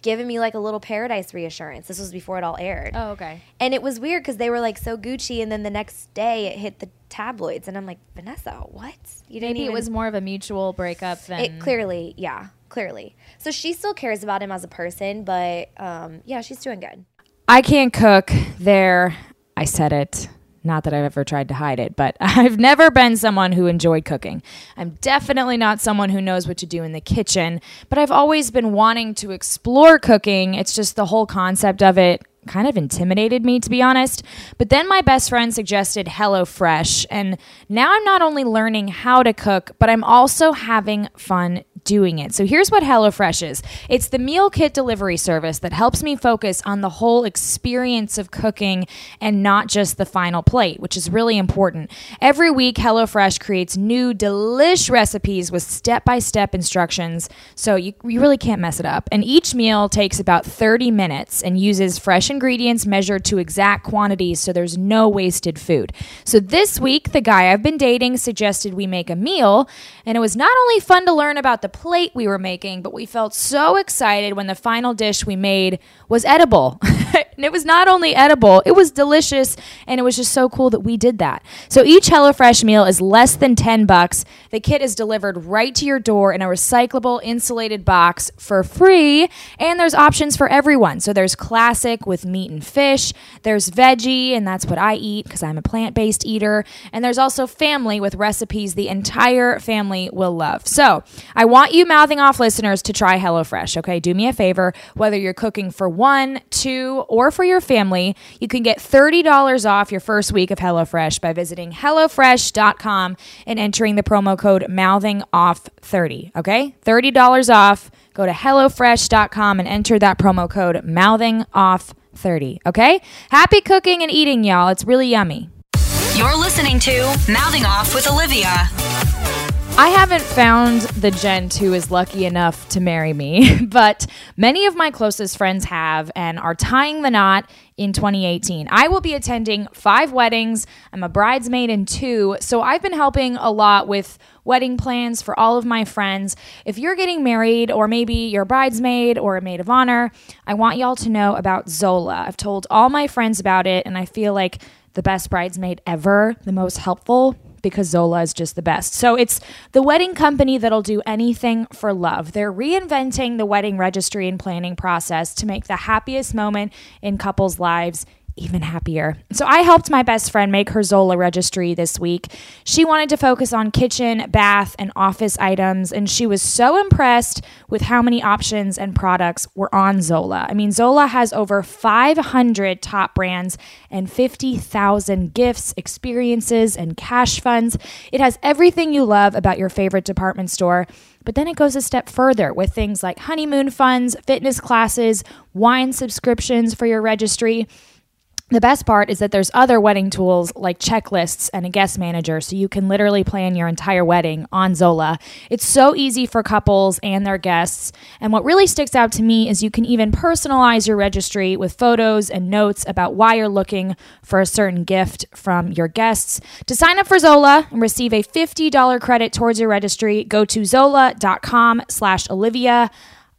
giving me like a little paradise reassurance. This was before it all aired.
Oh, okay.
And it was weird because they were like so Gucci, and then the next day it hit the tabloids, and I'm like, Vanessa, what? You didn't
Maybe it
even-
was more of a mutual breakup than
It clearly, yeah, clearly. So she still cares about him as a person, but um, yeah, she's doing good.
I can't cook. There, I said it. Not that I've ever tried to hide it, but I've never been someone who enjoyed cooking. I'm definitely not someone who knows what to do in the kitchen, but I've always been wanting to explore cooking. It's just the whole concept of it kind of intimidated me, to be honest. But then my best friend suggested HelloFresh, and now I'm not only learning how to cook, but I'm also having fun doing it. So here's what HelloFresh is it's the meal kit delivery service that helps me focus on the whole experience of cooking and not just the final plate, which is really important. Every week, HelloFresh creates new delish recipes with step by step instructions, so you, you really can't mess it up. And each meal takes about 30 minutes and uses fresh ingredients measured to exact quantities so there's no wasted food. So this week, the guy I've been dating suggested we make a meal, and it was not only fun to learn about the plate we were making, but we felt so excited when the final dish we made was edible. and it was not only edible, it was delicious, and it was just so cool that we did that. So each HelloFresh meal is less than 10 bucks. The kit is delivered right to your door in a recyclable insulated box for free, and there's options for everyone. So there's classic with meat and fish, there's veggie, and that's what I eat because I'm a plant based eater, and there's also family with recipes the entire family will love. So I want you mouthing off listeners to try HelloFresh, okay? Do me a favor, whether you're cooking for one, two, or for your family, you can get $30 off your first week of HelloFresh by visiting HelloFresh.com and entering the promo code mouthing off 30 okay? $30 off. Go to HelloFresh.com and enter that promo code mouthing off 30 okay? Happy cooking and eating, y'all. It's really yummy.
You're listening to Mouthing Off with Olivia.
I haven't found the gent who is lucky enough to marry me, but many of my closest friends have and are tying the knot in 2018. I will be attending five weddings. I'm a bridesmaid in two, so I've been helping a lot with wedding plans for all of my friends. If you're getting married, or maybe you're a bridesmaid or a maid of honor, I want y'all to know about Zola. I've told all my friends about it, and I feel like the best bridesmaid ever, the most helpful because Zola is just the best. So it's the wedding company that'll do anything for love. They're reinventing the wedding registry and planning process to make the happiest moment in couples' lives even happier. So I helped my best friend make her Zola registry this week. She wanted to focus on kitchen, bath, and office items, and she was so impressed with how many options and products were on Zola. I mean, Zola has over 500 top brands and 50,000 gifts, experiences, and cash funds. It has everything you love about your favorite department store. But then it goes a step further with things like honeymoon funds, fitness classes, wine subscriptions for your registry. The best part is that there's other wedding tools like checklists and a guest manager, so you can literally plan your entire wedding on Zola. It's so easy for couples and their guests. And what really sticks out to me is you can even personalize your registry with photos and notes about why you're looking for a certain gift from your guests. To sign up for Zola and receive a $50 credit towards your registry, go to zola.com slash Olivia.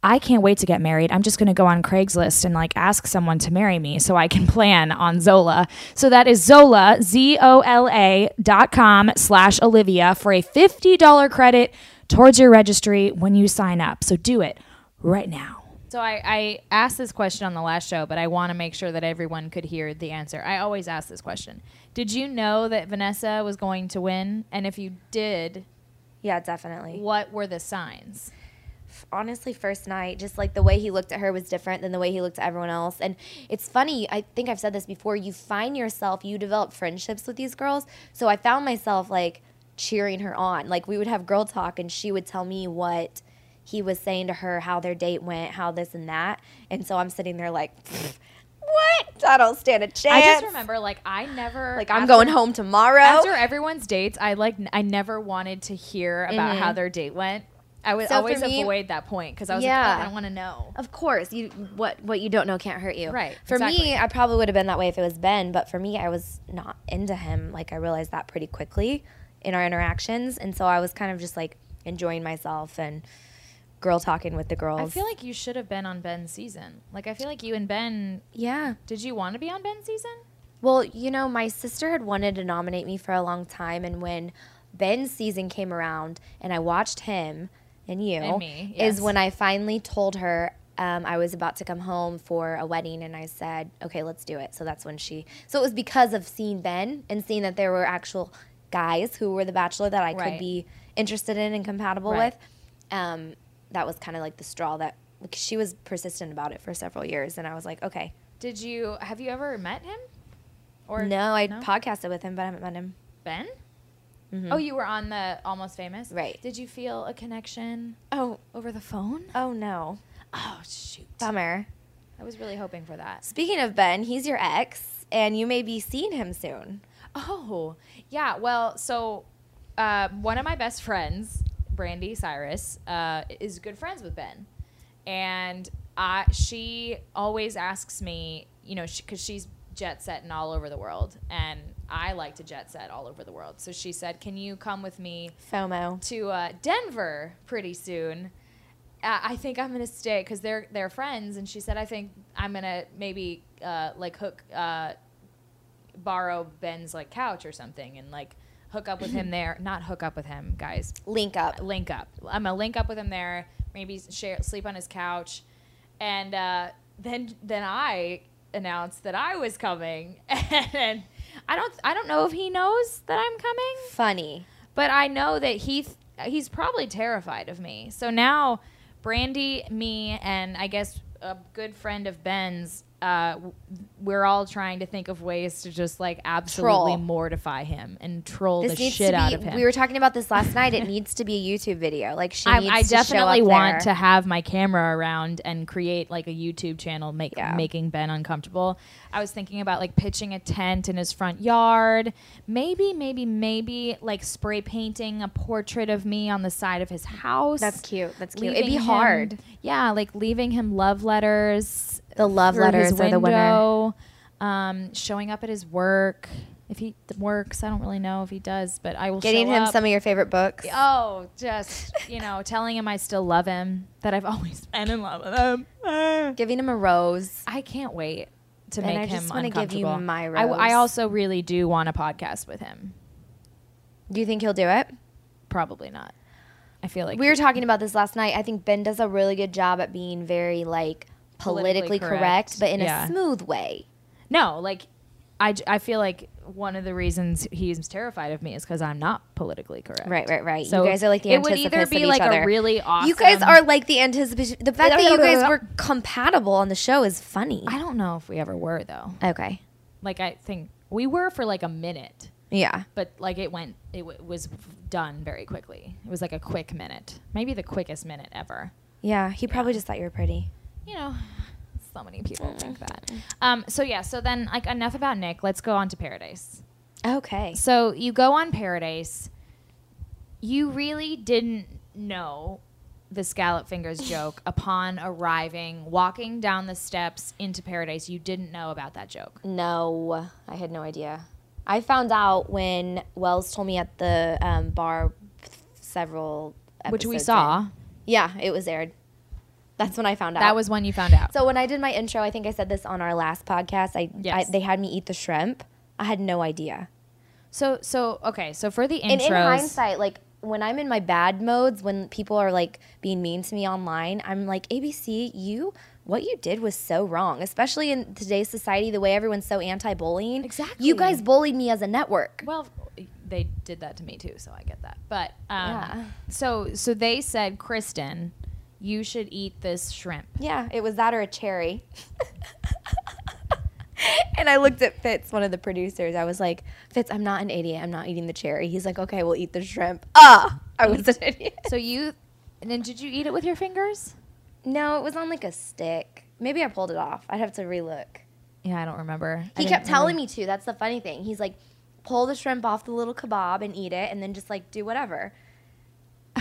I can't wait to get married. I'm just going to go on Craigslist and like ask someone to marry me so I can plan on Zola. So that is Zola, Z O L A dot com slash Olivia for a $50 credit towards your registry when you sign up. So do it right now. So I, I asked this question on the last show, but I want to make sure that everyone could hear the answer. I always ask this question Did you know that Vanessa was going to win? And if you did,
Yeah, definitely.
what were the signs?
honestly first night just like the way he looked at her was different than the way he looked at everyone else and it's funny i think i've said this before you find yourself you develop friendships with these girls so i found myself like cheering her on like we would have girl talk and she would tell me what he was saying to her how their date went how this and that and so i'm sitting there like what i don't stand a
I
chance
just remember, like, I never
like i'm
after-
going home tomorrow
After everyone's dates, I like n- I never wanted to hear about how their date went. I would
So for
always
me-
avoid that point because I was like,
Yeah.
"Oh, I don't want to know.
Of course, you what what you don't know can't hurt you.
Right,
For
exactly.
me, I probably would have been that way if it was Ben, but for me, I was not into him. Like I realized that pretty quickly in our interactions, and so I was kind of just like enjoying myself and girl talking with the girls.
I feel like you should have been on Ben's season. Like, I feel like you and Ben.
yeah.
Did you want to be on Ben's season?
Well, you know, my sister had wanted to nominate me for a long time, and when Ben's season came around, and I watched him and you,
And me, yes.
is when I finally told her um, I was about to come home for a wedding, and I said, "Okay, let's do it." So that's when she. So it was because of seeing Ben and seeing that there were actual guys who were the Bachelor that I
Right.
could be interested in and compatible
Right.
with. Um, that was kind of like the straw that like, she was persistent about it for several years, and I was like, "Okay."
Did you? Have you ever met him? Or
No, I podcasted with him, but I haven't met him.
Ben.
Mm-hmm.
Oh, you were on the Almost Famous,
Right.
Did you feel a connection
Oh,
over the phone?
oh no.
Oh shoot!
Bummer.
I was really hoping for that.
Speaking of Ben, he's your ex, and you may be seeing him soon.
Oh, yeah. Well, so uh, one of my best friends, Brandy Cyrus, uh, is good friends with Ben, and I she always asks me, you know, because she's jet setting all over the world, and I like to jet set all over the world. So she said, "Can you come with me
FOMO.
to uh, Denver pretty soon?" Uh, I think I'm gonna stay because they're they're friends, and she said, "I think I'm gonna maybe uh, like hook." Uh, borrow Ben's like couch or something and like hook up with him there. Not hook up with him, guys.
Link up.
Link up. I'm gonna link up with him there. Maybe share sleep on his couch, and uh, then then I announced that I was coming, and I don't I don't know if he knows that I'm coming
Funny.
but I know that he th- he's probably terrified of me. So now, Brandy, me, and I guess a good friend of Ben's, uh, w- we're all trying to think of ways to just like absolutely
Troll.
mortify him and troll
This
the
needs
shit
to be.
out of him.
We were talking about this last night. It needs to be a YouTube video. Like she
I,
needs
I
to
definitely
show up
want
there.
to have my camera around and create like a YouTube channel make,
Yeah.
making Ben uncomfortable. I was thinking about like pitching a tent in his front yard. Maybe, maybe, maybe like spray painting a portrait of me on the side of his house.
That's cute. That's cute. It'd
Leaving
be
him-
hard.
Yeah, like leaving him love letters.
The love
through his
letters are the winner.
window, Um, showing up at his work. If he works, I don't really know if he does, but I will
Getting
show
him
up.
some of your favorite books.
Oh, just you know, telling him I still love him, that I've always been in love with him. Ah.
Giving him a rose.
I can't wait to
And
make
I
him
just wanna give you
uncomfortable.
my
I, I
rose.
also really do want a podcast with him.
Do you think he'll do it?
Probably not. I feel like
We were talking about this last night. I think Ben does a really good job at being very like
Politically
politically, correct,
correct.
but in
Yeah.
a smooth way.
No, like I, j- I feel like one of the reasons he's terrified of me is because I'm not politically correct.
Right, right, right.
So
you guys are like the
it would
antithesis
either be
of each
like a
other.
really
You guys
awesome-
are like the anticipation. The fact that you guys were compatible on the show is funny.
I don't know if we ever were though.
Okay.
Like I think we were for like a minute,
Yeah.
but like it went, it w- was done very quickly. It was like a quick minute, maybe the quickest minute ever.
Yeah. He probably just thought you were pretty.
You know, so many
Mm.
people think that. Um. So yeah. So then, like, enough about Nick. Let's go on to Paradise.
Okay.
So you go on Paradise. You really didn't know the scallop fingers joke upon arriving, walking down the steps into Paradise. You didn't know about that joke.
No, I had no idea. I found out when Wells told me at the um, bar several
Which we
episodes
saw.
in. Yeah, it was aired. That's when I found out.
That was when you found out.
So when I did my intro, I think I said this on our last podcast. I,
Yes.
I they had me eat the shrimp. I had no idea.
So so okay. So for the intros,
And in hindsight, like when I'm in my bad modes, when people are like being mean to me online, I'm like, ABC, you, what you did was so wrong, especially in today's society, the way everyone's so anti bullying.
Exactly.
You guys bullied me as a network.
well, they did that to me too, so I get that. But um,
Yeah.
so so they said, Kristen, you should eat this shrimp.
Yeah, it was that or a cherry. and I looked at Fitz, one of the producers. I was like, Fitz, I'm not an idiot. I'm not eating the cherry. He's like, okay, we'll eat the shrimp. Ah, I was an idiot.
So you, and then did you eat it with your fingers?
No, it was on like a stick. Maybe I pulled it off. I'd have to relook.
Yeah, I don't remember. I
He
didn't remember.
kept telling me to. That's the funny thing. He's like, pull the shrimp off the little kebab and eat it, and then just like do whatever.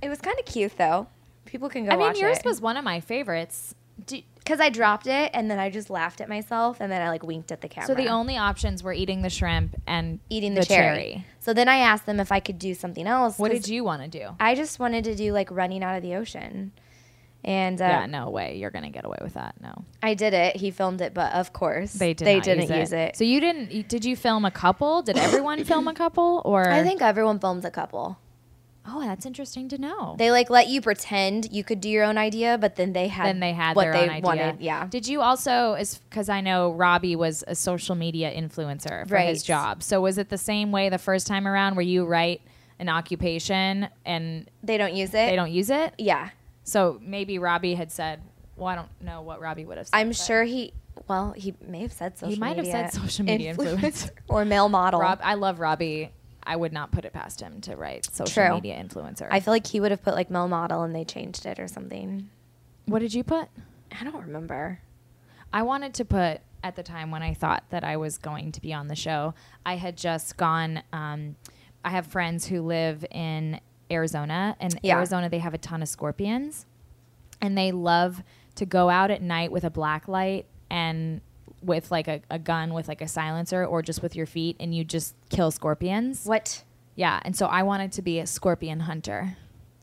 it was kind of cute though. People can go.
I mean,
watch
yours
it.
was one of my favorites. Do,
because I dropped it and then I just laughed at myself and then I like winked at the camera.
so the only options were eating the shrimp and
eating the, cherry. So then I asked them if I could do something else.
What
'cause
did you want to do?
I just wanted to do like running out of the ocean, and uh,
yeah, no way. You're gonna get away with that. No,
I did it. He filmed it, but of course
they did. not
didn't use it.
So you didn't? you- Did you film a couple? Did everyone film a couple? Or
I think everyone films a couple.
Oh, that's interesting to know.
They like let you pretend you could do your own idea, but then they had
then they had
what
their
they
own idea.
wanted. Yeah.
Did you also, as because I know Robbie was a social media influencer for his
Right.
job. So was it the same way the first time around, where you write an occupation and
they don't use it.
they don't use it?
Yeah.
So maybe Robbie had said, well, I don't know what Robbie would have said.
I'm
but
sure he. Well, he may have said social.
might have
media
said social media influencer.
or male model.
Rob, I love Robbie. I would not put it past him to write social
True.
media influencer.
I feel like he would have put like male model and they changed it or something.
what did you put?
I don't remember.
I wanted to put at the time when I thought that I was going to be on the show, I had just gone. Um, I have friends who live in Arizona, and
Yeah.
Arizona they have a ton of scorpions, and they love to go out at night with a black light and with like a, a gun with like a silencer or just with your feet, and you just kill scorpions.
What?
Yeah, and so I wanted to be a scorpion hunter,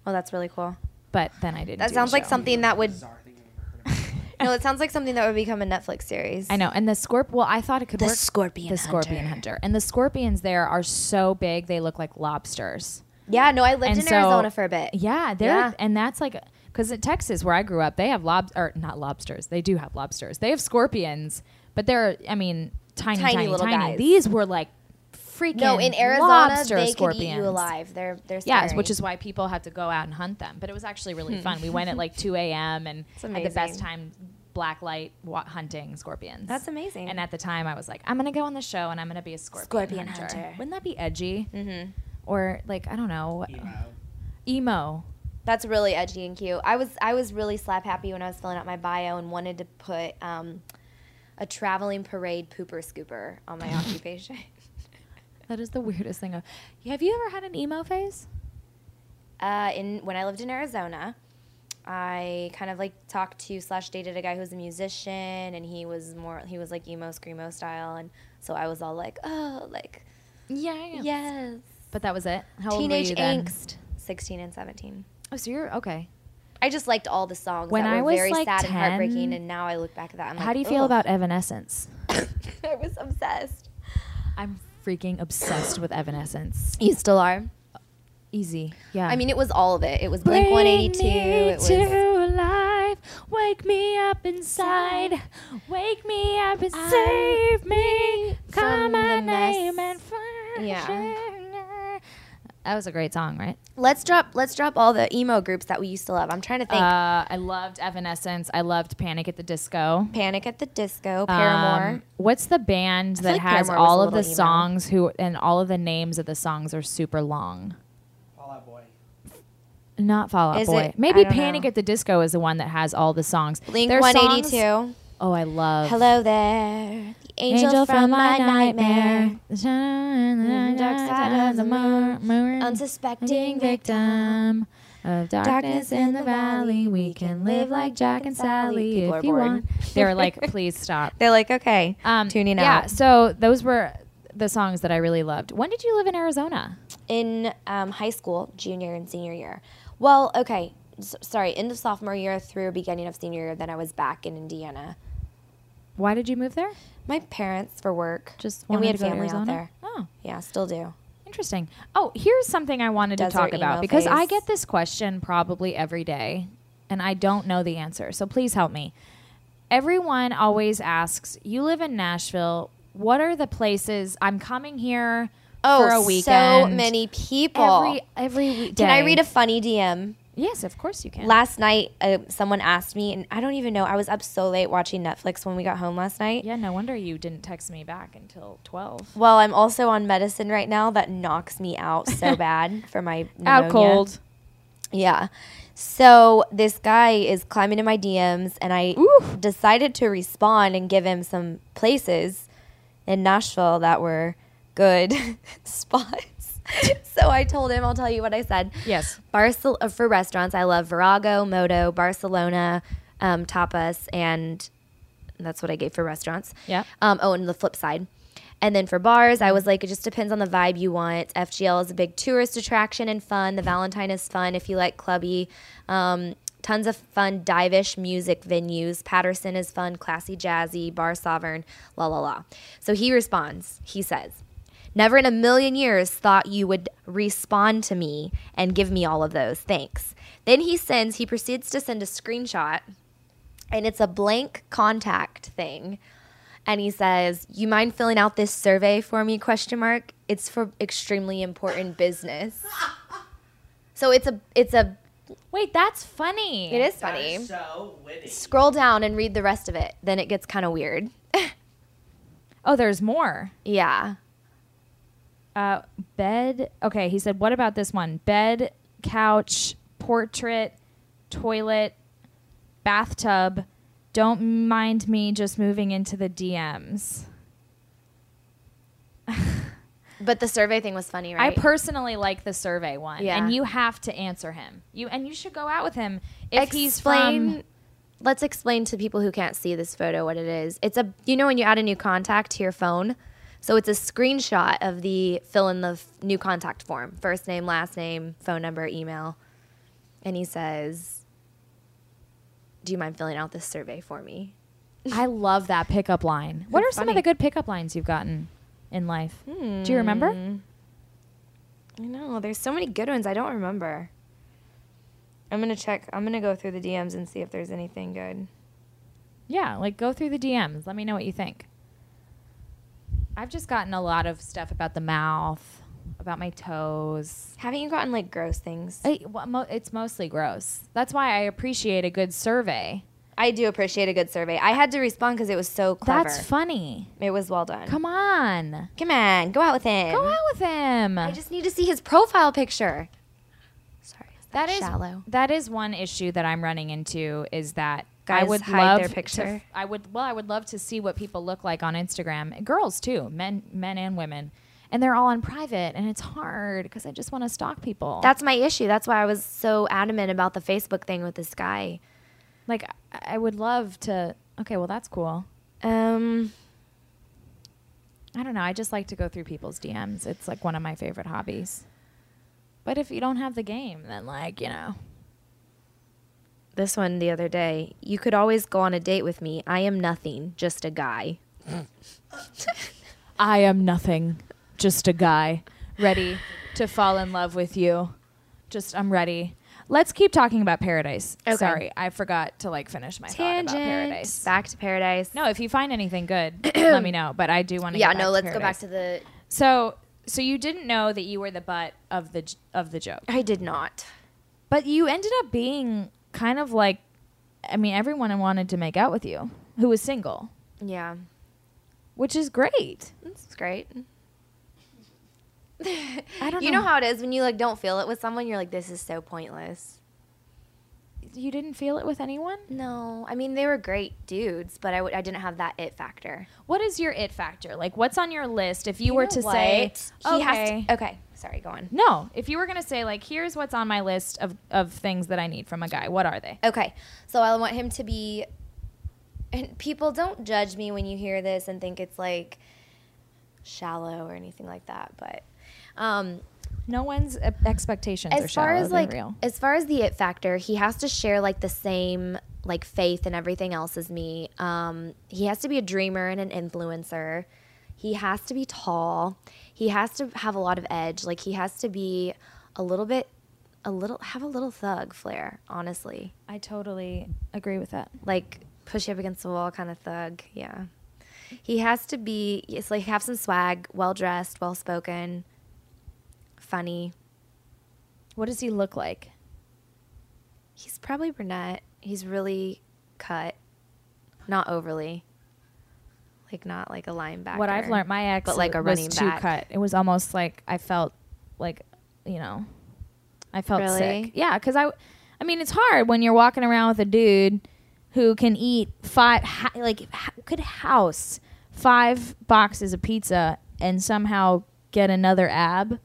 Oh, that's really cool.
but then I didn't. do
That
the
sounds like
show.
something that would.
Bizarre thing I've ever heard about.
No, it sounds like something that would become a Netflix series.
I know. And the scorp. Well, I thought it could
The
work.
scorpion
The scorpion
hunter.
hunter. And the scorpions there are so big they look like lobsters.
Yeah, no, I lived
And
in
so-
Arizona for a bit.
Yeah, they're
Yeah.
and that's like because in Texas where I grew up they have lob or not lobsters. They do have lobsters. They have scorpions, but they're I mean tiny, tiny,
Tiny
tiny.
little guys.
These were like freaking
No, in Arizona,
lobster
they could
scorpions.
eat you alive. They're they're
Yes,
scary.
which is why people had to go out and hunt them. But it was actually really fun. We went at like 2 a.m. and had the best
amazing.
time black light wa- hunting scorpions.
That's amazing.
And at the time, I was like, I'm going to go on the show and I'm going to be a scorpion,
Scorpion
hunter.
hunter.
Wouldn't that be edgy? Mm-hmm. Or like, I don't know,
Emo.
emo.
That's really edgy and cute. I was I was really slap happy when I was filling out my bio and wanted to put um, a traveling parade pooper scooper on my occupation.
That is the weirdest thing. Have you ever had an emo phase?
Uh, in when I lived in Arizona, I kind of like talked to slash dated a guy who was a musician, and he was more he was like emo screamo style, and so I was all like, oh, like
Yeah.
yes,
But that was it. How old were
teenage
you then?
angst, sixteen and seventeen.
Oh, so you're okay.
I just liked all the songs
When
that were
I was,
very
like,
sad and heartbreaking,
10,
and now I look back at that. I'm
How
like,
do you feel
"Ugh."
about Evanescence?
I was obsessed.
I'm freaking obsessed with Evanescence.
You still are.
Easy. Yeah.
I mean, it was all of it. It was Blink 182. It was
life. Wake me up inside. Wake me up and save me.
Call my name and
find
Yeah.
That was a great song, right?
Let's drop let's drop all the emo groups that we used to love. I'm trying to think.
Uh, I loved Evanescence. I loved Panic at the Disco.
Panic at the Disco, Paramore.
Um, what's the band that
like
has
Paramore was
all
a
of the
little emo.
songs who and all of the names of the songs are super long? Not Fall Out
Is
Boy.
it?
Maybe
I don't
Panic
know.
at the Disco is the one that has all the songs.
Blink
Their songs-
182.
oh, I love
Hello there, the angel, from, my nightmare,
nightmare.
dark side of the moon, unsuspecting victim.
of
darkness in the valley. We can live like Jack and Sally People if are you bored. want.
They were like, please stop.
They're like, okay,
Um,
tuning
yeah,
out.
so those were the songs that I really loved. When did you live in Arizona?
in um, high school, junior and senior year. Well, okay, s sorry, end of sophomore year through beginning of senior year. Then I was back in Indiana.
Why did you move there?
My parents for work,
Just
and
wanted
we had
to go
family
to
out
Arizona?
there.
Oh,
Yeah, still do.
interesting. Oh, here's something I wanted to
Desert
talk
emo
about because I
phase.
get this question probably every day and I don't know the answer. So please help me. Everyone always asks, "You live in Nashville. What are the places I'm coming here for a
Oh, so
weekend?"
many people.
every every weekend.
Can I read a funny DM?
Yes, of course you can.
Last night, uh, someone asked me, and I don't even know. I was up so late watching Netflix when we got home last night.
yeah, no wonder you didn't text me back until 12.
Well, I'm also on medicine right now that knocks me out so bad for my pneumonia.
Out cold.
Yeah. So this guy is climbing in my DMs, and I decided to respond and give him some places in Nashville that were good spots. so I told him, I'll tell you what I said.
Yes.
Barcel- uh, for restaurants, I love Virago, Moto, Barcelona, um, Tapas, and that's what I gave for restaurants.
Yeah.
Um, oh, and the flip side. And then for bars, I was like, it just depends on the vibe you want. FGL is a big tourist attraction and fun. The Valentine is fun if you like clubby. Um, tons of fun divish music venues. Patterson is fun, classy, jazzy, bar sovereign, la la la. So he responds. He says, Never in a million years thought you would respond to me and give me all of those. Thanks. Then he sends, he proceeds to send a screenshot, and it's a blank contact thing. And he says, "You mind filling out this survey for me?" Question mark. It's for extremely important business. So it's a it's a
Wait, that's funny.
it is funny.
So witty.
Scroll down and read the rest of it. Then it gets kind of weird.
Oh, there's more.
yeah.
Uh, bed. Okay, he said, what about this one? Bed, couch, portrait, toilet, bathtub. Don't mind me just moving into the DMs.
But the survey thing was funny,
I
right?
personally like the survey one,
Yeah.
and you have to answer him. You and you should go out with him if he's from.
Explain- Let's explain to people who can't see this photo what it is. It's a you know when you add a new contact to your phone, so it's a screenshot of the fill in the f- new contact form, first name, last name, phone number, email, and he says, "Do you mind filling out this survey for me?"
I love that pickup line. What are some of
funny. Hmm.
the good pickup lines you've gotten in life? Do you remember?
I know there's so many good ones I don't remember. I'm gonna check. I'm gonna go through the DMs and see if there's anything good.
Yeah, like go through the DMs. Let me know what you think. I've just gotten a lot of stuff about the mouth, about my toes.
Haven't you gotten like gross things?
I- wha- mo- It's mostly gross. That's why I appreciate a good survey.
I do appreciate a good survey. I had to respond because it was so clever.
That's funny.
It was well done.
Come on.
Come on, go out with him. Uh.
Go out with him.
I just need to see his profile picture. Sorry, is that,
that is
shallow.
that is one issue that I'm running into is that I
Guys
would
hide
love
their
to-
picture.
I would well I would love to see what people look like on Instagram, girls too, men men and women, and they're all on private, and it's hard because I just want to stalk people.
That's my issue. That's why I was so adamant about the Facebook thing with this guy.
like I, I would love to. Okay, well that's cool.
Um,
I don't know. I just like to go through people's DMs. It's like one of my favorite hobbies. But if you don't have the game, then like you know,
this one the other day. You could always go on a date with me. I am nothing, just a guy.
I am nothing. just a guy ready to fall in love with you. Just I'm ready. Let's keep talking about paradise.
Okay.
Sorry, I forgot to like finish my thought about paradise.
Back to paradise.
No, if you find anything good, let me know. But I do want to.
yeah, no, let's go back to the.
So, so you didn't know that you were the butt of the j- of the joke,
I did not.
but you ended up being kind of like, I mean, everyone wanted to make out with you who was single,
Yeah.
which is great.
It's great.
I don't
You know how it is when you like don't feel it with someone, you're like, this is so pointless.
you didn't feel it with anyone.
No, I mean they were great dudes, but I w- I didn't have that it factor.
What is your it factor? Like, what's on your list if you, were to say,
he
okay.
has to. Okay, sorry, go on.
no, if you were going to say like, here's what's on my list of, of things that I need from a guy. What are they?
Okay, so I want him to be. And people don't judge me when you hear this and think it's like shallow or anything like that, but um,
No one's uh, expectations are
as far
shallow,
as
they're
like
real.
as far as the it factor he has to share like the same like faith and everything else as me um he has to be a dreamer and an influencer he has to be tall he has to have a lot of edge like he has to be a little bit a little have a little thug flair honestly
I totally agree with that.
like push you up against the wall kind of thug yeah he has to be it's like have some swag well dressed well spoken funny
What does he look like?
He's probably brunette. He's really cut, not overly, like not like a linebacker.
What I've learned, my ex
but like a
was
running
too
back.
cut. It was almost like I felt like, you know, I felt sick.
Really?
Yeah, because I, I mean, it's hard when you're walking around with a dude who can eat five, ha- like ha- could house five boxes of pizza and somehow get another ab.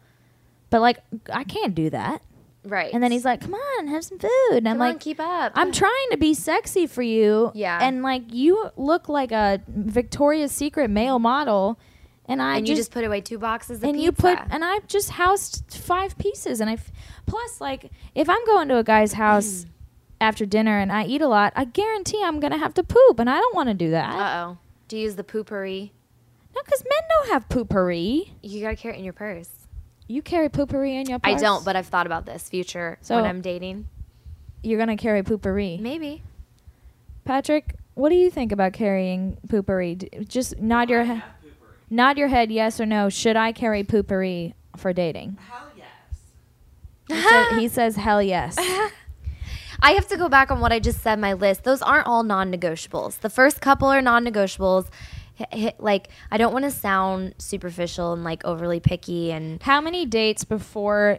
But like, I can't do that.
right,
And then he's like, "Come on, have some food." And I'm
"Come on,
like,
keep up."
I'm trying to be sexy for you.
Yeah.
And like you look like a Victoria's Secret male model, and I
and
just,
you just put away two boxes of
and
pizza.
you put and I've just housed five pieces, and I f- plus like if I'm going to a guy's house after dinner and I eat a lot, I guarantee I'm gonna have to poop, and I don't want to do that.
uh oh, do you use the poopery?
no, because men don't have poopery.
You gotta carry it in your purse.
You carry poopery in your.
I
Purse?
don't, but I've thought about this future
So-
when I'm dating.
you're gonna carry poopery.
Maybe
Patrick, what do you think about carrying poopery? D- Just nod your head. Nod your head, yes or no. Should I carry poopery for dating?
Hell yes.
He, sa- he says, hell yes.
I have to go back on what I just said. My list; those aren't all non-negotiables. The first couple are non-negotiables. H- h- like I don't want to sound superficial and like overly picky and
How many dates before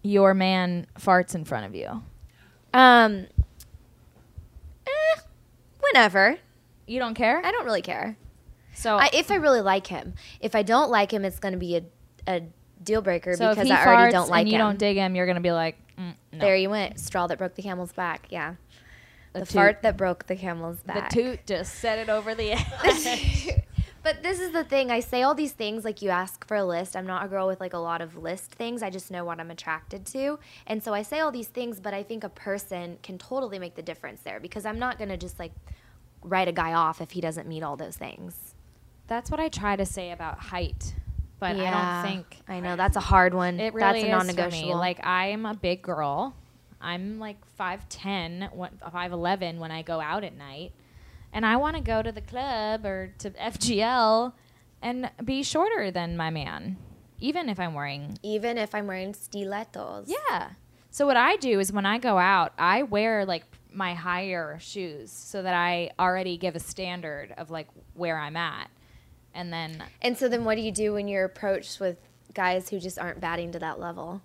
your man farts in front of you?
Um, eh, whenever.
You don't care.
I don't really care.
So,
I, if I really like him, if I don't like him, it's going to be a, a deal breaker
so if
because
he
I already
farts
don't like
and you
him.
don't dig him, you're gonna be like, mm, no.
There you went, straw that broke the camel's back. Yeah,
The
the
toot.
fart that broke the camel's
The
back.
toot just set it over the edge.
But this is the thing. I say all these things like you ask for a list. I'm not a girl with like a lot of list things. I just know what I'm attracted to. And so I say all these things, but I think a person can totally make the difference there because I'm not going to just like write a guy off if he doesn't meet all those things.
That's what I try to say about height, but I don't think
I know that's a hard one.
It
Mm-hmm. that's
really
a
is
non-negotiable.
for me. Like I'm a big girl. I'm like 5'10", what- 5'11 when I go out at night. And I want to go to the club or to FGL and be shorter than my man, even if I'm wearing
even if I'm wearing stilettos.
yeah. So what I do is when I go out, I wear like my higher shoes so that I already give a standard of like where I'm at. And then
And so then, what do you do when you're approached with guys who just aren't batting to that level?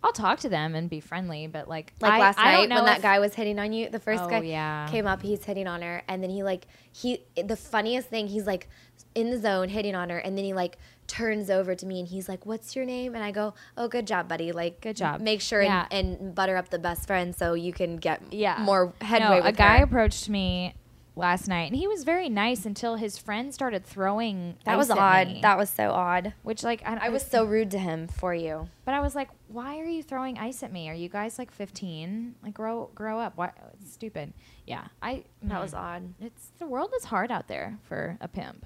I'll talk to them and be friendly, but like
Like
I-
last
I don't
night
know
when that
if-
guy was hitting on you, the first
Oh,
guy
yeah.
came up, he's hitting on her, and then he like he the funniest thing, he's like in the zone hitting on her, and then he like turns over to me and he's like, "What's your name?" And I go, "Oh, good job, buddy. Like,
Good job.
Make sure
Yeah.
and, and butter up the best friend so you can get
yeah
more headway."
No,
with
a guy
her.
approached me last night and he was very nice until his friend started throwing
that was
ice at
odd.
me,
That was so odd.
which like I,
I was so rude to him for you.
but i was like why are you throwing ice at me are you guys like 15 like grow grow up why it's stupid yeah i
That
mm.
was odd.
it's the world is hard out there for a pimp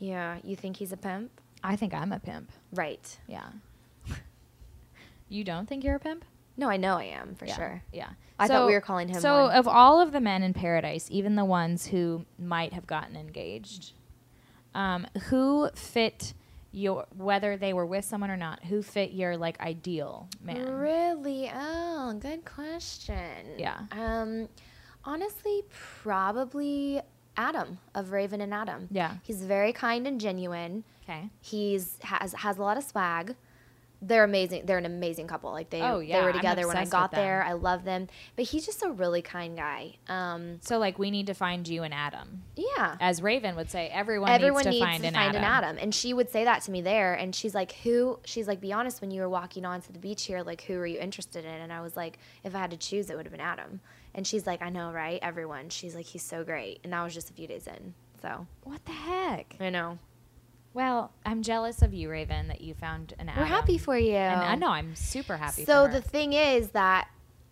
Yeah, you think he's a pimp?
I think I'm a pimp.
Right.
Yeah. you don't think you're a pimp?
No, I know I am for
Yeah,
sure.
Yeah.
I thought we were calling him
So,
one.
of all of the men in paradise, even the ones who might have gotten engaged, um, who fit your whether they were with someone or not? Who fit your like ideal man?
Really? Oh, good question.
Yeah.
Um, honestly, probably Adam of Raven and Adam.
Yeah.
He's very kind and genuine.
Okay.
He's has has a lot of swag. They're amazing. They're an amazing couple. Like they
Oh, yeah,
they
I'm
were together when I
obsessed
got
with them.
there. I love them. But he's just a really kind guy. Um,
So, like, we need to find you an Adam,
yeah.
as Raven would say. Everyone,
Everyone
needs to
needs
find,
to
an,
find
Adam.
an Adam. And she would say that to me there. And she's like, Who? She's like, Be honest, when you were walking onto the beach here, like, who are you interested in? And I was like, If I had to choose, it would have been Adam. And she's like, I know, right? Everyone. She's like, He's so great. And that was just a few days in. So
What the heck?
I know.
Well, I'm jealous of you, Raven, that you found an Adam.
We're happy for you.
And I know I'm super happy.
So
for her.
the thing is that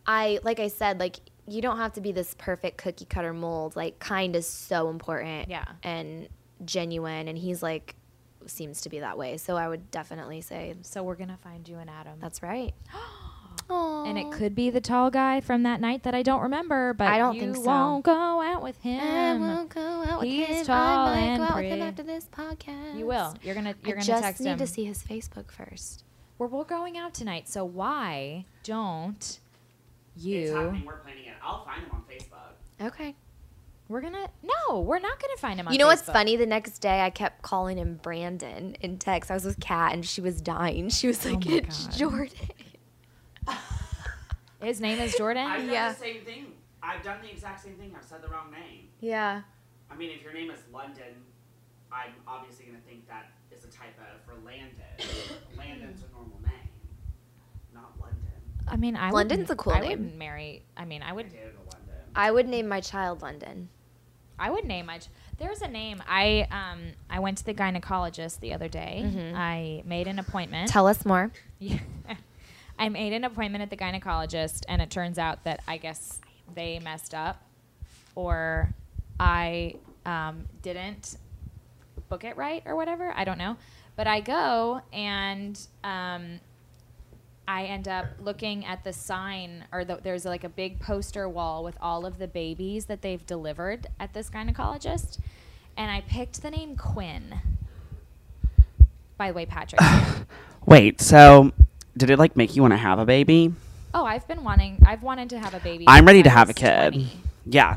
I, like I said, like, you don't have to be this perfect cookie cutter mold. Like, kind is so important.
Yeah.
And genuine. And he's like, seems to be that way. So I would definitely say
so we're gonna find you an Adam.
That's right.
And it could be the tall guy from that night that I don't remember, but
I don't
you
think so.
won't go out with him.
go out
He's tall and pretty.
this podcast.
You will. You're gonna. You're
I
gonna
just
text
need
him.
to see his Facebook first.
We're all going out tonight, so why don't you?
We're planning it. I'll find him on Facebook.
Okay.
We're gonna. No, we're not gonna find him. on
You know what's
Facebook.
funny? The next day, I kept calling him Brandon in text. I was with Kat, and she was dying. She was like,
my
"It's
God.
Jordan."
His name is Jordan.
I've done
Yeah.
the same thing. I've done the exact same thing. I've said the wrong name.
Yeah.
I mean, if your name is London, I'm obviously going to think that is a typo for Landon. Landon's a normal name, not London.
I mean, I
London's
wouldn't-
a cool
I
name.
wouldn't marry. I mean, I
I
would.
dated a London.
I would name my child London.
I would name my. ch- There's a name. I um. I went to the gynecologist the other day.
Mm-hmm.
I made an appointment.
Tell us more.
Yeah. I made an appointment at the gynecologist, and it turns out that I guess they messed up, or I um, didn't book it right, or whatever. I don't know. But I go, and um, I end up looking at the sign, or the, there's like a big poster wall with all of the babies that they've delivered at this gynecologist. And I picked the name Quinn. By the way, Patrick.
Wait, so did it like make you want to have a baby?
Oh, I've been wanting. I've wanted to have a baby.
I'm
since
ready
I
to have a
was
kid.
20.
Yeah.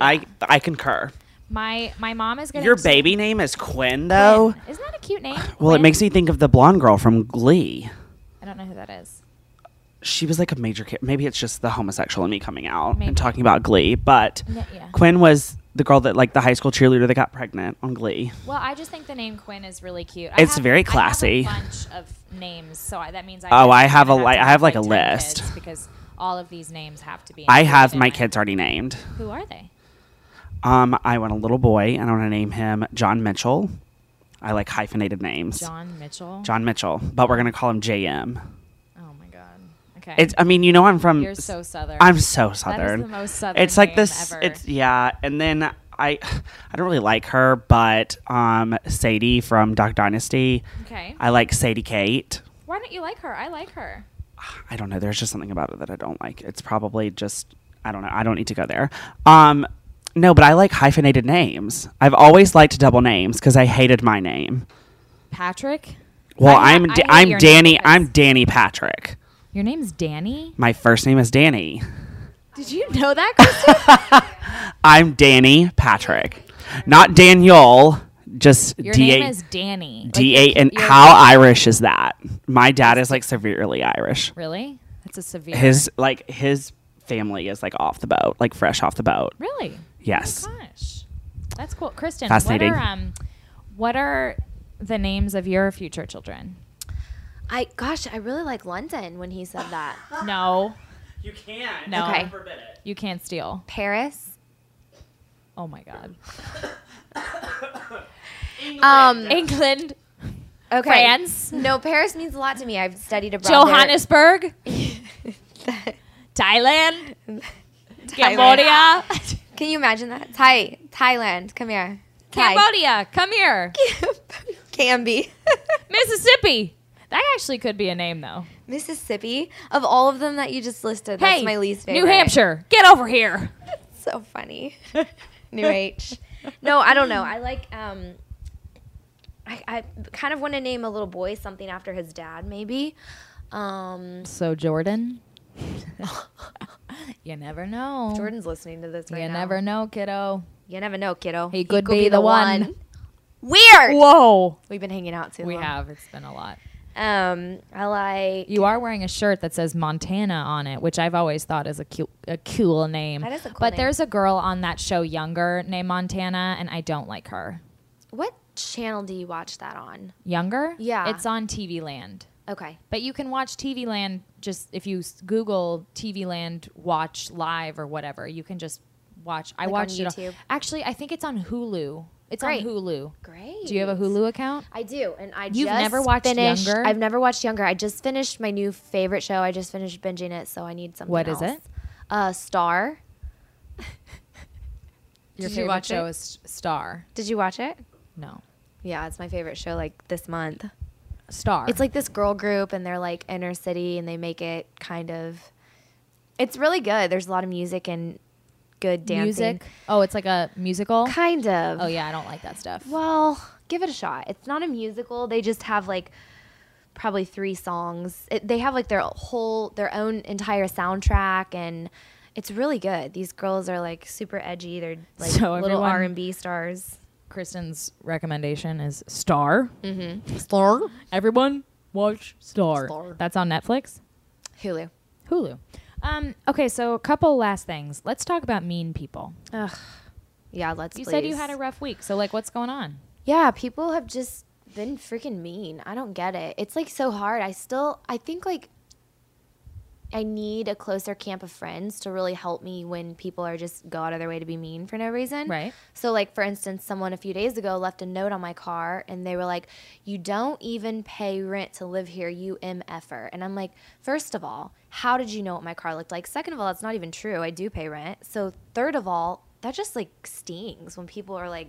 I I concur.
My my mom is gonna.
Your
t-
baby name is Quinn though?
Quinn. Isn't that a cute name?
Well, it
Quinn?
makes me think of the blonde girl from Glee.
I don't know who that is.
She was like a major kid. Maybe it's just the homosexual in me coming out
Maybe.
and talking about Glee, but
Yeah, yeah.
Quinn was the girl that like the high school cheerleader that got pregnant on Glee.
Well, I just think the name Quinn is really cute. I
It's
have-
very
I have a
classy.
bunch of names, so I, that means I.
Oh,
I'm
I have
gonna
a li-
to
I have, like, a
ten
list.
kids because all of these names have to be.
I have
included in
my
it.
kids already named.
Who are they?
Um, I want a little boy, and I want to name him John Mitchell. I like hyphenated names. John,
John Mitchell.
Mitchell, but we're gonna call him JM.
Oh my God. Okay.
It's. I mean, you know, I'm from.
You're so southern.
I'm so southern.
the most southern
It's like
name
this.
ever.
It's yeah, and then I, I don't really like her, but um, Sadie from Doc Dynasty.
okay.
I like Sadie Kate.
Why don't you like her? I like her.
I don't know. There's just something about it that I don't like. It's probably just I don't know. I don't need to go there. Um, no, but I like hyphenated names. I've always liked double names because I hated my name.
Patrick.
Well,
I ha-
I'm
I
D-
hate
I'm
your name
Danny.
because-
I'm Danny Patrick.
Your name's Danny.
My first name is Danny.
Did you know that, Kristen?
I'm Danny Patrick, not Daniel. Just
Your
D
name
A
is Danny. Like,
D
you're-
A. And
you're-
how Irish is that? My dad is like severely Irish.
Really? That's a severe.
His like his family is like off the boat, like fresh off the boat.
Really?
Yes.
Gosh. That's cool. Kristen,
Fascinating.
what are um what are the names of your future children?
I gosh, I really like London when he said that.
No.
You can.
No.
Okay.
Forbid it.
You can't steal.
Paris.
Oh my god.
Um.
England,
Okay.
France,
No, Paris means a lot to me. I've studied abroad. there.
Johannesburg, Thailand,
Thailand.
Cambodia.
Can you imagine that? Thai, Thailand. Come here. Thai.
Cambodia, come here.
Canby.
Mississippi. That actually could be a name though.
Mississippi. Of all of them that you just listed, that's
hey,
my least favorite.
New Hampshire, get over here.
So funny. New H. No, I don't know. I like. Um, I, I kind of want to name a little boy something after his dad, maybe. Um,
So Jordan. you never know.
Jordan's listening to this right
you
now.
never know, kiddo.
you never know, kiddo.
He could be the one.
Weird.
Whoa.
We've been hanging out too
We
long.
have. It's been a lot.
Um, I like.
You are wearing a shirt that says Montana on it, which I've always thought is a cute, a cool name.
That is a cool
But
name.
there's a girl on that show, Younger, named Montana, and I don't like her.
What channel do you watch that on?
Younger?
Yeah.
It's on TV Land.
Okay.
But you can watch TV Land just if you s- Google TV Land watch live or whatever. You can just watch. I
Like on
watched it.
YouTube?
Actually, I think it's on Hulu. It's
Great.
on Hulu.
Great.
Do you have a Hulu account?
I do, and I
You've
just
never watched
finished,
Younger?
I've never watched Younger. I just finished my new favorite show. I just finished binging it, so I need something.
What is
else.
it?
Uh, Star.
Your
Did you
favorite
watch
show
it?
is S- Star.
Did you watch it?
No.
Yeah, it's my favorite show. Like this month,
Star.
it's like this girl group, and they're like inner city, and they make it kind of. It's really good. There's a lot of music and good dancing.
music. Oh, it's like a musical.
Kind of.
Oh yeah, I don't like that stuff.
Well, give it a shot. It's not a musical. They just have like probably three songs. It, they have like their whole their own entire soundtrack and it's really good. These girls are like super edgy. They're like
So
little
everyone-
R&B stars.
Kristen's recommendation is Star. Mm-hmm. Star. Everyone watch Star.
Star.
That's on Netflix,
Hulu.
Hulu. Um, okay, so a couple last things. Let's talk about mean people.
Yeah, let's
You said you
please.
had a rough week, so like, what's going on?
Yeah, people have just been freaking mean. I don't get it. It's like so hard. I still I think like I need a closer camp of friends to really help me when people are just go out of their way to be mean for no reason.
Right.
So like for instance, someone a few days ago left a note on my car and they were like, "You don't even pay rent to live here, you mf'er." And I'm like, first of all, how did you know what my car looked like? Second of all, that's not even true. I do pay rent." So third of all, that just like stings when people are like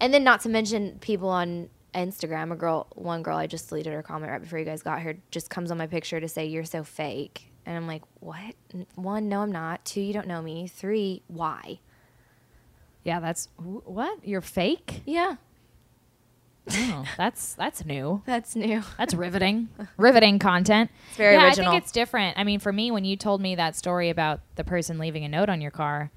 and then not to mention people on Instagram, a girl, one girl, I just deleted her comment right before you guys got here, just comes on my picture to say, You're so fake. And I'm like, What? N- One, no, I'm not. Two, you don't know me. Three, why?
Yeah, that's wh- what you're fake.
Yeah,
Oh, that's that's new.
that's new.
That's riveting. riveting content. It's
very
yeah, I
original.
think it's different. I mean, for me, when you told me that story about the person leaving a note on your car,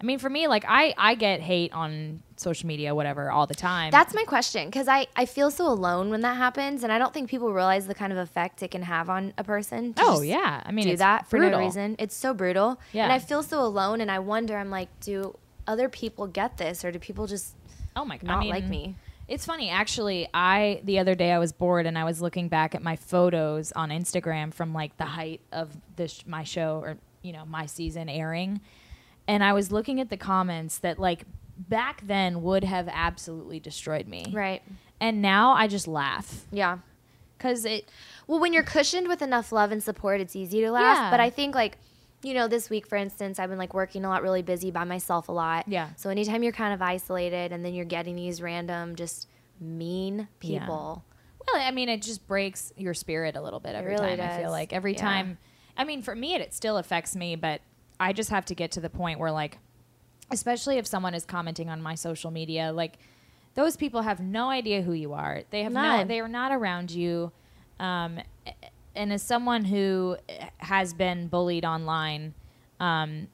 I mean, for me, like I I get hate on social media, whatever, all the time.
That's my question because I, I feel so alone when that happens, and I don't think people realize the kind of effect it can have on a person. to
oh
just
yeah. I mean,
do
it's
that for
brutal.
no reason. It's so brutal.
Yeah.
And I feel so alone, and I wonder, I'm like, Do other people get this, or do people just
Oh my god,
not like me?
It's funny, actually. I the other day I was bored and I was looking back at my photos on Instagram from like the height of this my show or you know my season airing, and I was looking at the comments that like back then would have absolutely destroyed me.
Right.
And now I just laugh
Yeah.
because it.
Well, when you're cushioned with enough love and support, it's easy to laugh.
Yeah.
But I think like, you know, this week for instance, I've been like working a lot, really busy by myself a lot.
Yeah.
So anytime you're kind of isolated and then you're getting these random just mean
Yeah.
people.
Well, I mean, it just breaks your spirit a little bit every
really
time. I feel
does.
like every
Yeah.
time. I mean, for me, it, it still affects me, but I just have to get to the point where, like, especially if someone is commenting on my social media, like, those people have no idea who you are. They have no.
None.
They are not around you. Um, a- and as someone who eh, has been bullied online, um,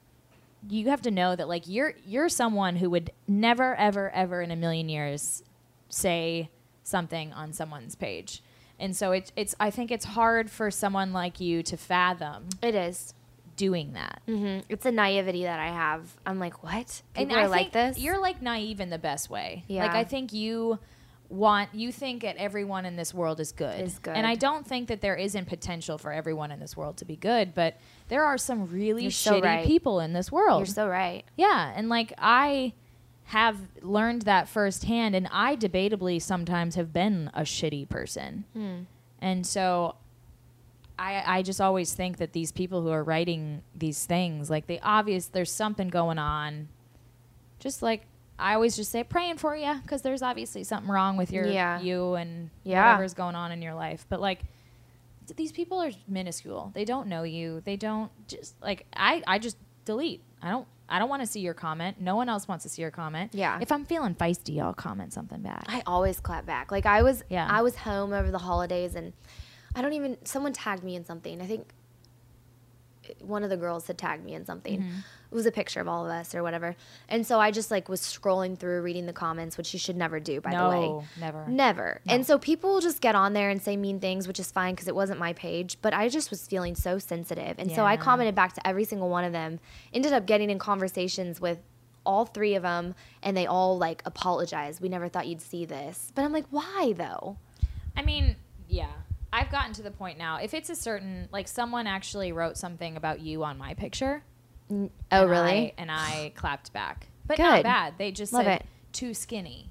you have to know that like you're you're someone who would never ever ever in a million years say something on someone's page and so it's it's i think it's hard for someone like you to fathom
It is.
doing that
Mm, It's a naivety that I have. I'm like, what? People
and I
are like
think
this.
You're like naive in the best way. Like
Yeah.
I think you want you think that everyone in this world is good.
Is good.
And I don't think that there isn't potential for everyone in this world to be good, but there are some really
You're
shitty
so right.
people in this world.
You're so right.
Yeah, and like I have learned that firsthand, and I debatably sometimes have been a shitty person, and so I I just always think that these people who are writing these things, like they obvious, there's something going on. Just like I always just say praying for you because there's obviously something wrong with your
Yeah.
you and
Yeah.
whatever's going on in your life. But like th- these people are minuscule. They don't know you. They don't just like I I just delete. I don't I don't want to see your comment. No one else wants to see your comment.
Yeah.
If I'm feeling feisty, I'll comment something back.
I always clap back. Like I was
Yeah.
I was home over the holidays and I don't even someone tagged me in something. I think one of the girls had tagged me in something.
Mm-hmm.
It was a picture of all of us or whatever. And so I just like was scrolling through reading the comments, which you should never do by the
No,
way.
never.
Never. And so people will just get on there and say mean things, which is fine because it wasn't my page, but I just was feeling so sensitive. And so I
Yeah.
commented back to every single one of them. Ended up getting in conversations with all three of them and they all like apologized. We never thought you'd see this. But I'm like, why though?
I mean, yeah. I've gotten to the point now. If it's a certain like someone actually wrote something about you on my picture.
Oh,
and
really?
I, and I clapped back. But not
Good.
bad. They just
Love
said
it.
too skinny.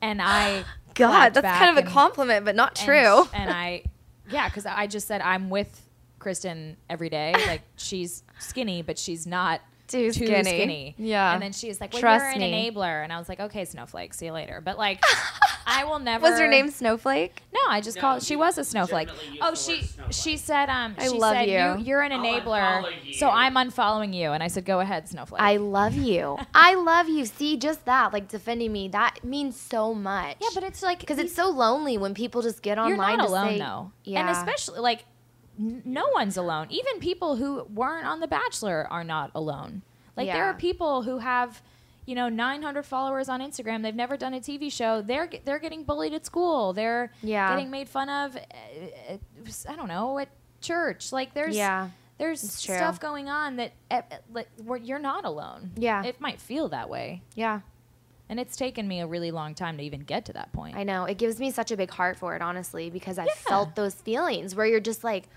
and I
God,
clapped
that's
back
kind of a
and-
compliment, but not
and-
true.
And, I yeah, cuz I just said I'm with Kristen every day. Like she's skinny, but she's not
Too skinny. Yeah.
And then she's like, well,
Trust
you're an
me.
enabler. And I was like, okay, snowflake, see you later. But like, I will never.
was her name Snowflake?
No, I just called. She was a snowflake.
generally use
Oh,
the
she
word snowflake.
she said um
I
she
love
said
you.
you're an
I'll
enabler,
unfollow
so
you.
I'm unfollowing you. And I said, go ahead, snowflake.
I love you. I love you. See, just that, like defending me, that means so much.
yeah, but it's like
because it's so lonely when people just get
you're
online
not
to
alone
say,
though.
Yeah,
and especially like n- no one's alone. Even people who weren't on The Bachelor are not alone. Like there
Yeah.
are people who have. You know, 900 followers on Instagram. They've never done a TV show. They're ge- they're getting bullied at school. They're
Yeah.
getting made fun of. uh, uh, I don't know at church. Like there's
Yeah.
there's
It's true.
stuff going on that eh, eh, like where you're not alone.
Yeah.
it might feel that way,
yeah.
and it's taken me a really long time to even get to that point.
I know. It gives me such a big heart for it, honestly, because I felt those feelings where you're just like,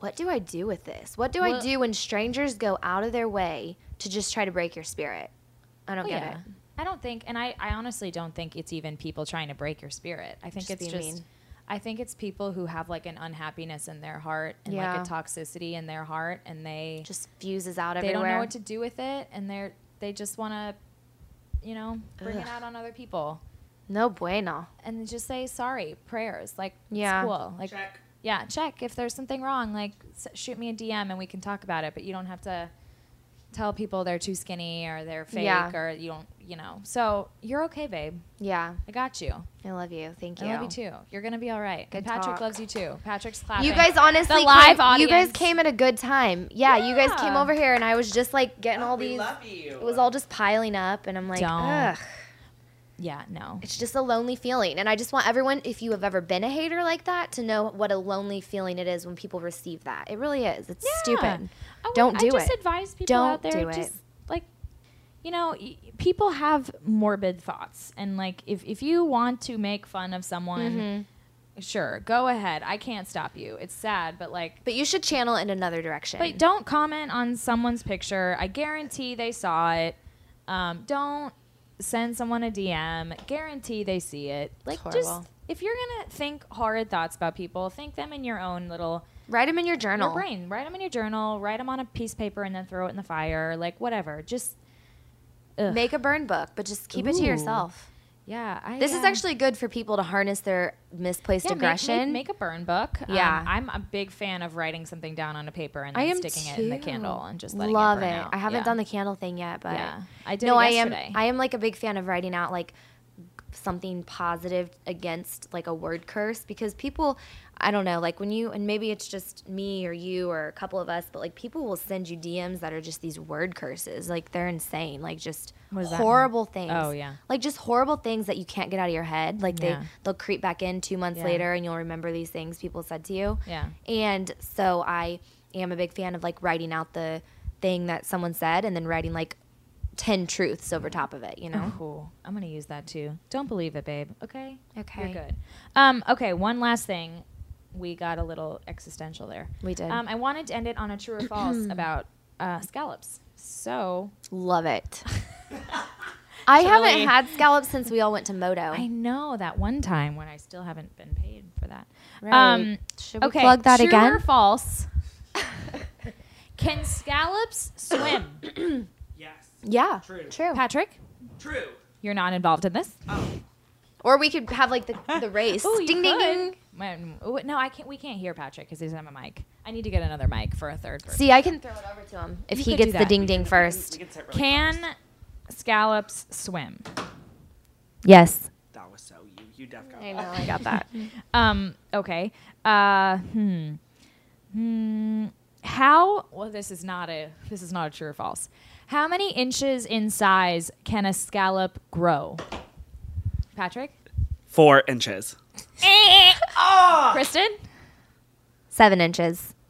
what do I do with this? What do I
Well-
do when strangers go out of their way to just try to break your spirit? I don't
Oh,
get
yeah.
it.
I don't think, and I, I honestly don't think it's even people trying to break your spirit. I think
Just
it's
be
just,
mean.
I think it's people who have like an unhappiness in their heart and
Yeah.
like a toxicity in their heart, and they
Just fuses out
they
everywhere.
don't know what to do with it, and they're they just want to, you know, bring it out on other people.
no bueno.
and just say sorry prayers like yeah
Yeah.
it's cool like
Check.
yeah check if there's something wrong like s- shoot me a dm and we can talk about it but you don't have to tell people they're too skinny or they're fake
Yeah.
or you don't you know so you're okay babe
Yeah,
i got you
I love you. Thank you.
i love you too you're gonna be all right
Good
and patrick
talk.
loves you too patrick's clapping
You guys honestly,
the live
came, you guys
audience.
came at a good time. Yeah, you guys came
Yeah.
over here, and I was just like getting all
We
these.
love you.
It was all just piling up, and I'm like,
Don't.
ugh.
yeah no
It's just a lonely feeling. And I just want everyone, if you have ever been a hater like that, to know what a lonely feeling it is when people receive that. It really is. It's
Yeah.
stupid.
I would-
Don't do
I just
it.
advise people
Don't
out there
do it.
just like you know, y- people have morbid thoughts and like if if you want to make fun of someone,
Mm-hmm.
sure, go ahead. I can't stop you. It's sad, but like
But you should channel it in another direction.
but don't comment on someone's picture. I guarantee they saw it. Um, don't send someone a DM. Guarantee they see it. Like just
horrible.
if you're gonna think horrid thoughts about people, think them in your own little
Write them in your
in
journal.
Your brain. Write them in your journal. Write them on a piece of paper and then throw it in the fire. Like whatever. Just Ugh.
Make a burn book, but just keep it to
Ooh.
yourself.
yeah. I,
This is
uh,
actually good for people to harness their misplaced
yeah, make-
aggression.
Make, make, a burn book. Um,
Yeah.
I'm a big fan of writing something down on a paper and then
I am
sticking it in the
too.
candle and just letting it.
love
burn
it.
out.
I haven't
Yeah.
done the candle thing yet, but
Yeah. I did
no,
it
I am.
yesterday.
I am like a big fan of writing out like something positive against like a word curse because people, I don't know, like when you and maybe it's just me or you or a couple of us, but like people will send you DMs that are just these word curses, like they're insane, like just
What does that mean?
horrible things.
Oh, yeah.
like just horrible things that you can't get out of your head. Like
Yeah.
they they'll creep back in two months
Yeah.
later, and you'll remember these things people said to you.
Yeah.
And so I am a big fan of like writing out the thing that someone said and then writing like 10 truths over top of it, you know?
Oh, Cool. I'm gonna use that too. Don't believe it, babe. Okay.
Okay.
You're good. Um, okay. One last thing. We got a little existential there.
We did.
Um, I wanted to end it on a true or false about uh, scallops. So
Love it. I haven't
Totally.
had scallops since we all went to Moto.
I know that one time when I still haven't been paid for that.
Right. Um, Should we
okay,
plug that
true
again?
or false? Can scallops swim?
Yes.
yeah.
True.
True.
Patrick?
True. Oh.
You're not involved in this.
Or we could have like the, the race.
Ooh, you
ding ding
could.
ding.
Man, ooh, no, I can't. We can't hear Patrick because he doesn't have a mic. I need to get another mic for a third. person.
See, I can throw it over to him if
You
he
could do
gets the
that.
ding ding first.
Can scallops swim?
Yes.
That was so you. You def got
I
that.
know. I got that.
Um. Okay. Uh. Hmm. Hmm. How? Well, this is not a. This is not a true or false. How many inches in size can a scallop grow? Patrick.
Four inches.
Ah! Kristen.
Seven inches.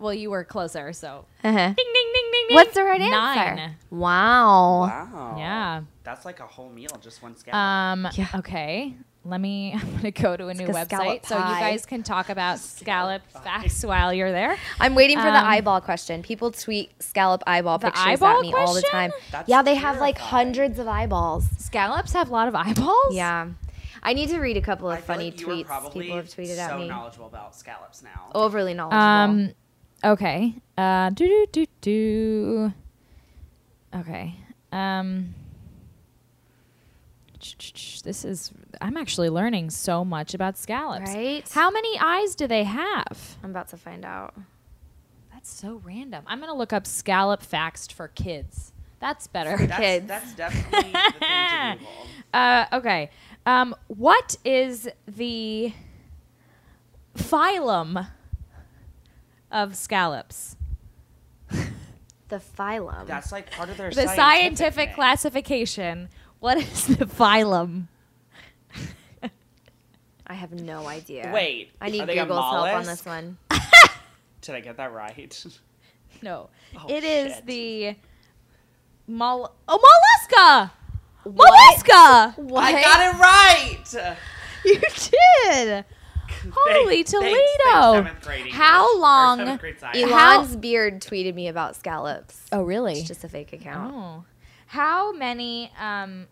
Well, you were closer, so.
Uh-huh.
Ding ding ding ding. ding.
What's the right answer?
Nine.
Wow.
Wow.
Yeah.
That's like a whole meal, just one scallop.
Um,
Yeah.
Okay. Let me. I'm going to go to a new
go scallop
website so you
pie.
guys can talk about scallop facts while you're there.
I'm waiting for the
Um,
eyeball question. People tweet scallop eyeball
The
pictures
eyeball
at me all the
question?
time.
That's
yeah, they have like
terrifying.
hundreds of eyeballs.
Scallops have a lot of eyeballs.
Yeah. I need to read a couple of
I feel
funny
like you are
tweets
probably
people have tweeted
so
at me.
knowledgeable about scallops now.
Overly knowledgeable.
Um. Okay. Uh. Do do do do. Okay. Um. ch- ch- ch- This is. I'm actually learning so much about scallops.
Right?
How many eyes do they have?
I'm about to find out.
That's so random. I'm gonna look up scallop facts for kids. That's better.
that's,
kids.
That's definitely the thing to Google.
Uh, okay. Um, what is the phylum of scallops?
The phylum.
That's like part of their
The scientific,
name.
classification. What is the phylum?
I have no idea.
Wait,
I need
are they a
Google's help on
mollusk?
this one.
Did I get that right?
No.
Oh,
it is
shit.
the mol- oh, mollusca! Mollusca!
What?
I got it right.
You did! Holy
Thank- thanks,
Toledo!
thanks, seventh grade English.
How
Or
long-
seventh grade science.
Elon's beard tweeted me about scallops.
oh, really?
It's just a fake account.
Oh. How many um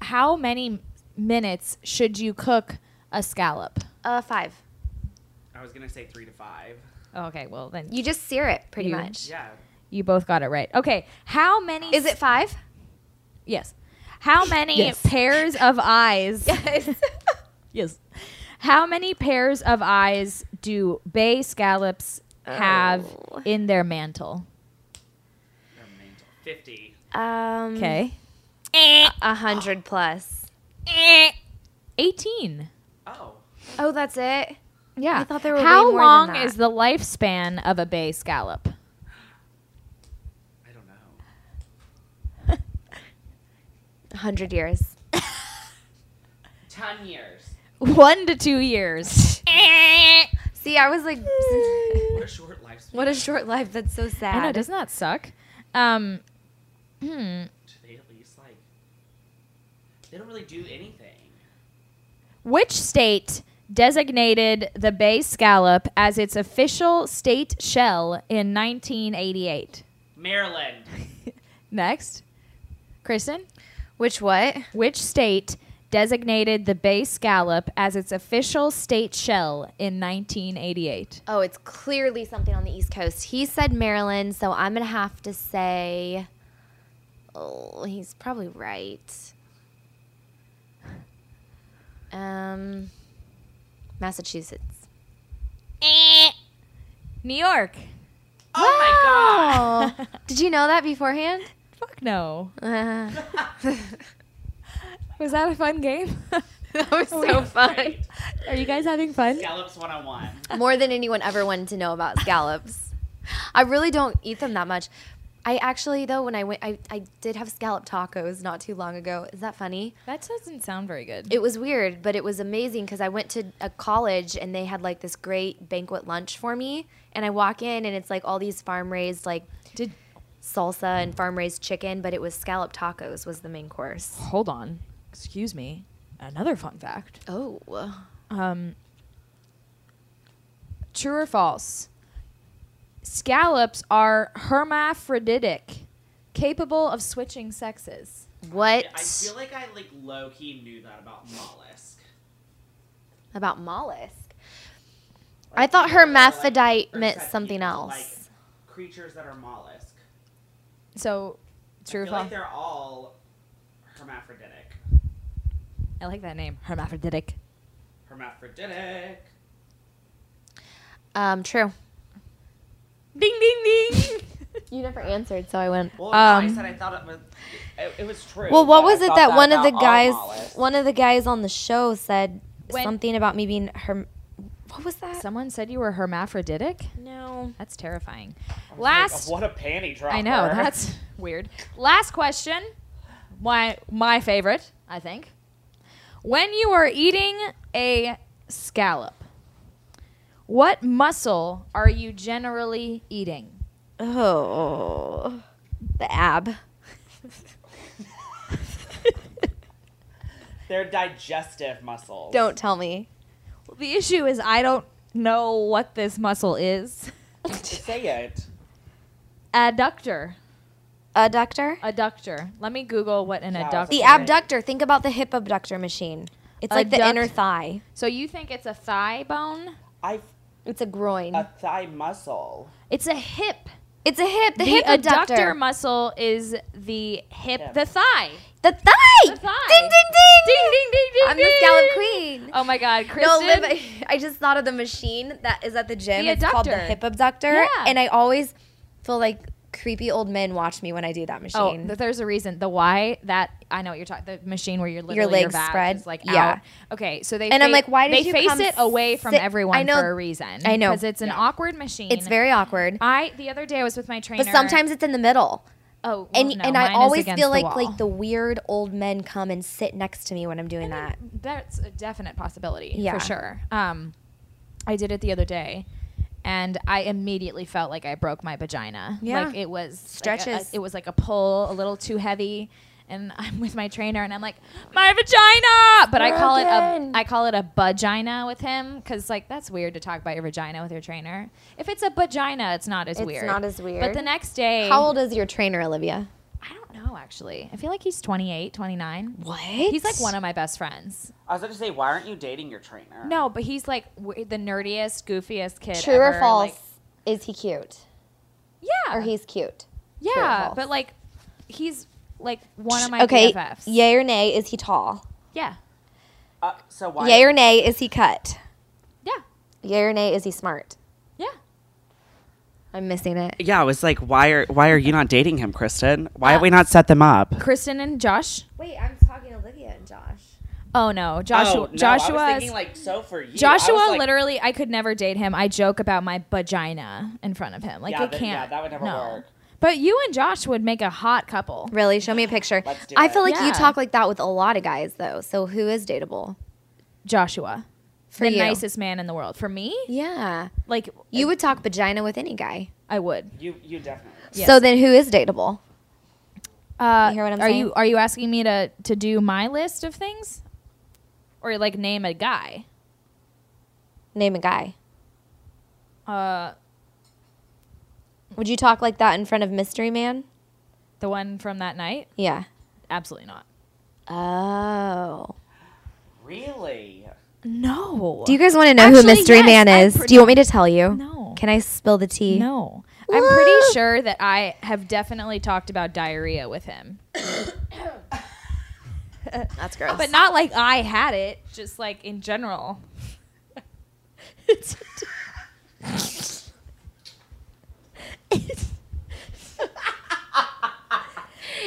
how many minutes should you cook a scallop?
Uh, five.
I was gonna say three to five.
Okay, well then you,
You just sear it pretty
You-
much.
Yeah.
both got it right. Okay, how many
Is it five?
Yes. How many
Yes.
pairs of eyes?
Yes.
yes. How many pairs of eyes do bay scallops have
Oh.
in their mantle?
Never mind. Fifty.
um,
Okay.
A hundred plus.
Eh. 18.
Oh.
Oh, that's it.
Yeah.
I thought there were
How
way more than
long
that.
is the lifespan of a bay scallop?
I don't know.
A hundred years.
Ten years.
one to two years.
See, I was like,
What a short lifespan.
what a short life. That's so sad.
I know, doesn't that suck? Um, hmm.
Do they at least like? They don't really do anything.
Which state designated the bay scallop as its official state shell in 1988?
Maryland.
Next, Kristen.
Which what?
Which state designated the bay scallop as its official state shell in 1988?
Oh, it's clearly something on the East Coast. He said Maryland, so I'm gonna have to say. Oh, he's probably right. Um, Massachusetts.
Eh. New York.
Oh
Oh, did you know that beforehand?
Fuck no.
Uh,
Was that a fun game?
that was
my
so
god.
fun.
Great.
Are you guys having fun?
Scallops 101.
More than anyone ever wanted to know about scallops. I really don't eat them that much. I actually though when I went, I, I did have scallop tacos not too long ago. Is that funny?
That doesn't sound very good.
It was weird, but it was amazing because I went to a college and they had like this great banquet lunch for me. And I walk in and it's like all these farm raised like
Did
salsa and farm raised chicken, but it was scallop tacos was the main course.
hold on. Excuse me. Another fun fact.
Oh,
Um, true or false? Scallops are hermaphroditic, capable of switching sexes.
what
I feel like I like low key knew that about mollusk.
about mollusk? I thought hermaphrodite
Or
meant
said
something
people,
else.
Like creatures that are mollusk.
So,
I
true or
feel like
false?
they're all Hermaphroditic.
I like that name, hermaphroditic.
Hermaphroditic.
Um, true.
Ding ding ding.
You never answered, so I went.
Well, no, I
Um,
said I thought it was. It, it was true.
Well, what
but I
was it
thought
that, one of the
about
guys,
Automollus.
one of the guys on the show said
When-
something about me being her. What was that?
Someone said you were hermaphroditic.
no.
That's terrifying.
Like,
Last,
what a panty dropper!
I know that's weird. Last question. Why my favorite? I think. When you are eating a scallop, what muscle are you generally eating?
Oh, the ab.
They're digestive muscles.
Don't tell me.
The issue is I don't know what this muscle is.
say it.
Adductor.
Adductor.
Adductor. Let me Google what an
Yeah,
adductor.
The
Okay.
abductor. Think about the hip abductor machine. It's like the
Adduct-
inner thigh.
So you think it's a thigh bone?
I've
It's a groin.
a thigh muscle.
It's a hip.
it's a hip. The,
The,
hip
adductor.
abductor.
muscle is the hip,
Hip.
the thigh.
the thigh.
The thigh.
Ding ding ding.
Ding ding ding ding.
I'm the scallop queen.
Oh my god,
No,
Kristen.
Liv, I, I just thought of the machine that is at the gym.
The
it's called the
abductor.
hip abductor.
Yeah.
And I always feel like creepy old men watch me when I do that
Oh,
machine.
th- there's a reason. The why that I know what you're talking. The machine where you're literally
legs
back
spread.
is like
Yeah.
out. Okay, so they
And I'm
fa-
like, why did
they
you
face
come
it away from
sit-
everyone
I know-
for a reason?
I know.
because it's an awkward machine.
it's very awkward.
I the other day I was with my trainer.
But sometimes it's in the middle.
oh, well,
And
no,
and
mine
I
is
always
against
feel
the
like
wall.
like the weird old men come and sit next to me when I'm doing that.
That's a definite possibility
Yeah.
for sure. Um, I did it the other day, and I immediately felt like I broke my vagina.
Yeah.
like it was
Stretches.
like a- a- it was like a pull, a little too heavy. And I'm with my trainer, and I'm like, my vagina. But I call it a
Broken.
I call it a vagina with him because like that's weird to talk about your vagina with your trainer. If it's a vagina, it's not as
It's
weird.
not as
But
weird.
the next day,
How old is your trainer, Olivia?
I don't know actually. I feel like he's 28, 29.
What?
He's like one of my best friends.
I was going to say, why aren't you dating your trainer?
No, but he's like w- the nerdiest, goofiest kid.
True or
ever,
false?
like- Uh,
is he cute?
yeah,
Or he's cute? or
yeah,
false?
but like he's like one of my
okay.
BFFs.
Yay or nay? Is he tall?
yeah,
Uh, so why?
Yay or nay? Is he cut?
yeah,
Yay or nay? Is he smart?
yeah.
I'm missing it.
yeah, I was like, why are why are you not dating him, Kristen?
Uh,
Why have we not set them up?
Kristen and Josh.
Wait, I'm talking Olivia and Josh.
Oh no, Joshua. Joshua.
I was thinking like so for you.
Joshua,
I was like,
literally, I could never date him. I joke about my vagina in front of him. Like,
Yeah,
I
that-
can't.
yeah, that would never work.
But you and Josh would make a hot couple.
Really? Show me a picture.
Let's do
I
it.
feel like
Yeah.
you talk like that with a lot of guys, though. So who is dateable
Joshua,
for
the
you?
nicest man in the world. For me,
Yeah,
like,
you would talk vagina with any guy.
I would.
You you definitely.
Yes.
So then, who is dateable?
Uh,
You hear what I'm
are
saying?
you are you asking me to to do my list of things, or like name a guy?
Name a guy.
Uh,
Would you talk like that in front of Mystery Man?
the one from that night?
Yeah.
Absolutely not.
Oh.
Really?
No.
Do you guys want to know who
Actually,
Mystery
yes,
Man
I'm
is?
pretty-
Do you want me to tell you?
No.
Can I spill the tea?
no. I'm pretty sure that I have definitely talked about diarrhea with him,
That's gross.
but not like I had it. Just like in general. It's-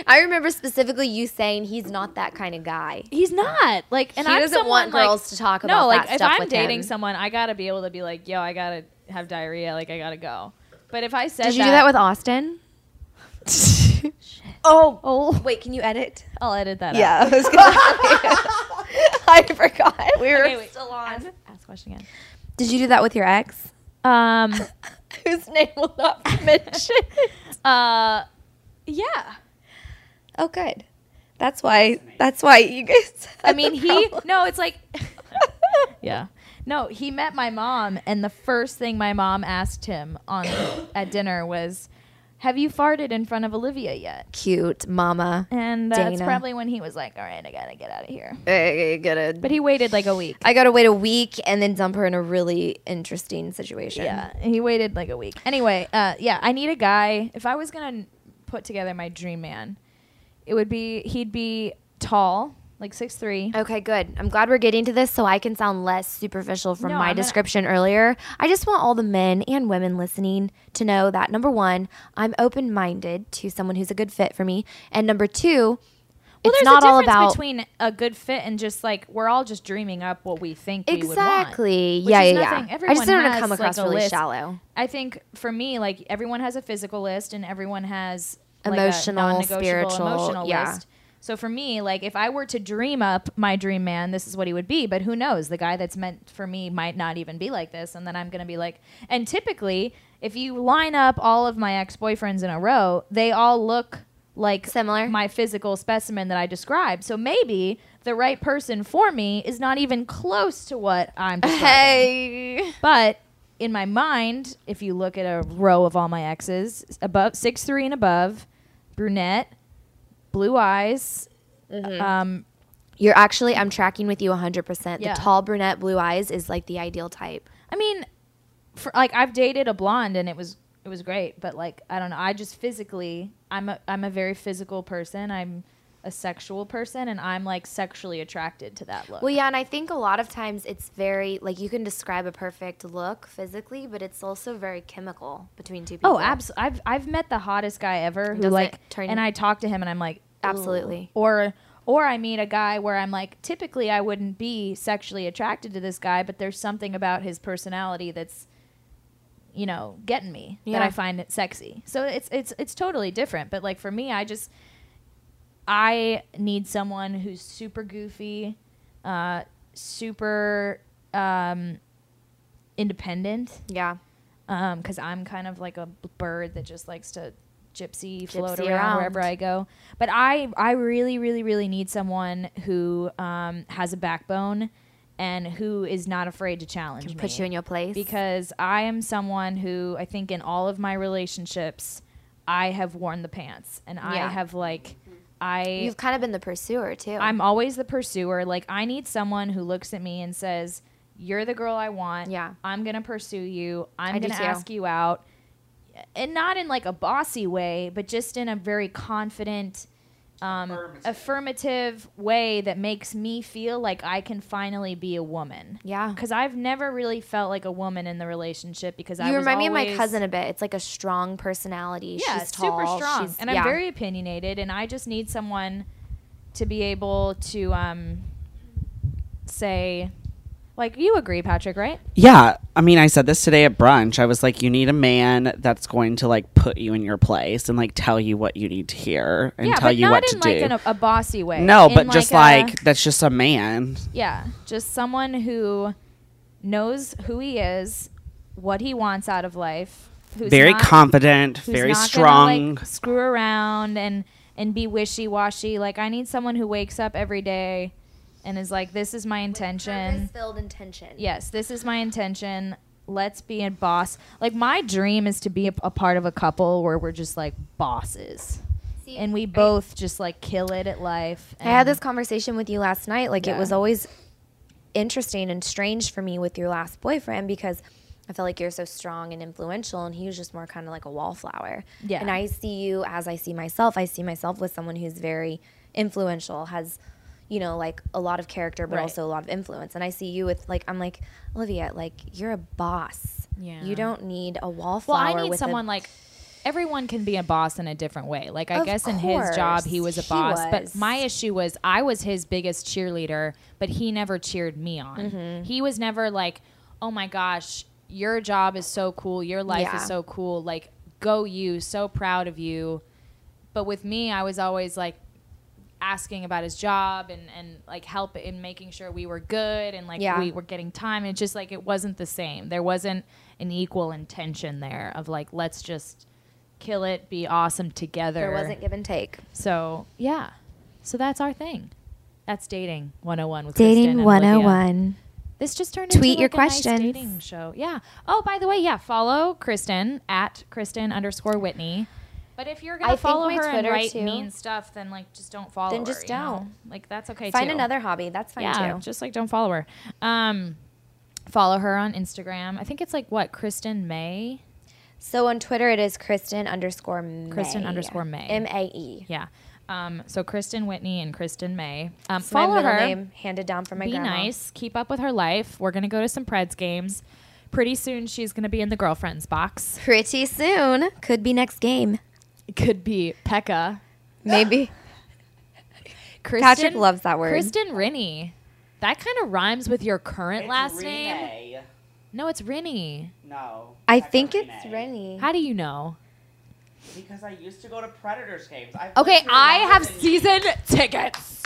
I remember specifically you saying he's not that kind of guy.
He's not like, and
He
I'm
doesn't
someone,
want
like-
girls to talk
no,
about
like
that
if
stuff
I'm
with
dating
him.
someone, I gotta be able to be like, yo, I gotta have diarrhea, like I gotta go. But if I said
Did you do that with Austin?
oh oh,
Wait, can you edit?
I'll edit that. out.
Yeah, I was gonna I forgot. We were.
Okay, wait. Still on. Ask, ask question again.
Did you do that with your ex?
Um.
Whose name will not be mentioned.
uh. Yeah.
oh, good. That's why. That's why you guys.
I
had
mean,
the
he.
problem.
No, it's like. yeah. No, he met my mom, and the first thing my mom asked him on at dinner was, "Have you farted in front of Olivia yet?"
Cute mama.
And that's
Dana.
probably when he was like, "All right, I gotta get out of here."
I gotta.
But he waited like a week.
I gotta wait a week and then dump her in a really interesting situation.
Yeah, he waited like a week. Anyway, uh, yeah, I need a guy. If I was gonna put together my dream man, it would be he'd be tall, like six three.
Okay, good. I'm glad we're getting to this so I can sound less superficial from
No,
my
I'm not-
description earlier. I just want all the men and women listening to know that number one, I'm open minded to someone who's a good fit for me. And number two,
Well,
it's
there's
not
a
all
difference
about.
between a good fit and just like we're all just dreaming up what we think we would want.
Exactly.
Which
Yeah,
is
yeah, yeah.
nothing.
I just
Everyone
didn't wanna
has,
come
like,
across
a
really
list.
shallow.
I think for me, like everyone has a physical list and everyone has like, a
Emotional,
non-negotiable
spiritual,
emotional
yeah.
list. So for me, like if I were to dream up my dream man, this is what he would be. But who knows? The guy that's meant for me might not even be like this, and then I'm gonna be like. And typically, if you line up all of my ex-boyfriends in a row, they all look like
Similar.
my physical specimen that I described. So maybe the right person for me is not even close to what I'm describing.
hey.
But in my mind, if you look at a row of all my exes, above six three and above, brunette, blue eyes, um,
You're actually, I'm tracking with you 100%.
Yeah.
The tall brunette, blue eyes is like the ideal type.
I mean, for like I've dated a blonde and it was it was great, but like I don't know, I just physically I'm a I'm a very physical person. I'm a sexual person and I'm like sexually attracted to that look.
Well, yeah, and I think a lot of times it's very like you can describe a perfect look physically, but it's also very chemical between two people.
Oh, absolutely. I've I've met the hottest guy ever who
Doesn't
like
turn-
and I talk to him and I'm like "Ooh."
Absolutely.
Or or I meet a guy where I'm like typically I wouldn't be sexually attracted to this guy, but there's something about his personality that's you know, getting me that
Yeah.
I find it sexy. So it's it's it's totally different, but like for me I just I need someone who's super goofy, uh super um independent
Yeah.
because Um, I'm kind of like a b- bird that just likes to gypsy, float
Gypsy
around,
around.
wherever I go. But I, I really, really, really need someone who um, has a backbone and who is not afraid to challenge me.
Put you in your place.
because I am someone who I think in all of my relationships, I have worn the pants and I
Yeah.
have like, I
you've kind of been the pursuer too.
I'm always the pursuer. Like I need someone who looks at me and says, "You're the girl I want.
Yeah.
I'm gonna pursue you. I'm
I do
gonna
too.
ask you out." And not in like a bossy way, but just in a very confident, um, affirmative. way that makes me feel like I can finally be a woman.
Yeah.
because I've never really felt like a woman in the relationship because I
you
was
remind me of my
always-
cousin a bit. It's like a strong personality.
yeah,
She's
super
tall.
strong.
She's-
and I'm
yeah.
very opinionated, and I just need someone to be able to um, say, like, you agree, Patrick, right?
Yeah, I mean, I said this today at brunch. I was like, you need a man that's going to like put you in your place and like tell you what you need to hear and
yeah,
tell
but
you
not
what
in
to
like
do.
An, a bossy way.
no,
In
but just
a-
like that's just a man.
yeah, just someone who knows who he is, what he wants out of life, who's
very
not-
confident,
who's
very
not gonna,
strong.
like, screw around and and be wishy washy. Like I need someone who wakes up every day and is like, this is my intention.
Purpose-filled intention.
yes, this is my intention. Let's be a boss. Like my dream is to be a, a part of a couple where we're just like bosses,
See,
and we
I-
both just like kill it at life.
I had
and-
this conversation with you last night. Like
Yeah.
it was always interesting and strange for me with your last boyfriend because I felt like you're so strong and influential, and he was just more kind of like a wallflower.
Yeah.
And I see you as I see myself. I see myself with someone who's very influential, has, you know, like a lot of character, but
Right.
also a lot of influence. And I see you with like I'm like Olivia, like you're a boss.
Yeah.
You don't need a
Well,
wallflower.
I need
with a-
someone like everyone can be a boss in a different way. Like I
Of
guess in his job he was a
course, he
boss, but
was.
my issue was I was his biggest cheerleader, but he never cheered me on.
Mm-hmm.
He was never like, "Oh my gosh, your job is so cool. Your life
Yeah.
is so cool. Like go you. So proud of you." But with me, I was always like asking about his job and, and like help in making sure we were good and like
Yeah.
we were getting time. It's just like it wasn't the same. There wasn't an equal intention there of like let's just kill it, be awesome together.
there wasn't give and take.
so yeah. So that's our thing. That's dating 101 with Kristen
Dating
and
101.
Olivia. This just turned
Tweet
into
your
like a nice
questions.
dating show. Yeah. Oh, by the way, yeah. Follow Kristen at Kristen underscore Whitney. But if you're gonna
I think
follow
my
her and
Twitter,
write
too.
mean stuff, then like just don't follow.
Then
her,
just
you know?
don't.
Like that's okay.
Find
too.
another hobby. That's fine
Yeah,
too.
just like don't follow her. Um, follow her on Instagram. I think it's like what Kristen May.
So on Twitter, it is Kristen underscore May.
Kristen underscore May.
M A E.
Yeah. Um, so Kristen Whitney and Kristen May. Um,
It's my
follow
middle
her.
name handed down from my
be
grandma.
nice. Keep up with her life. We're gonna go to some Preds games. Pretty soon she's gonna be in the girlfriends box.
Pretty soon, could be next game.
Could be Pekka.
Maybe.
Kristen,
Patrick loves that word.
Kristen Rennie. That kind of rhymes with your current last name. No, it's Rennie.
No.
I think it's Rennie.
How do you know?
Because I used to go to Predators games.
Okay, I have season tickets.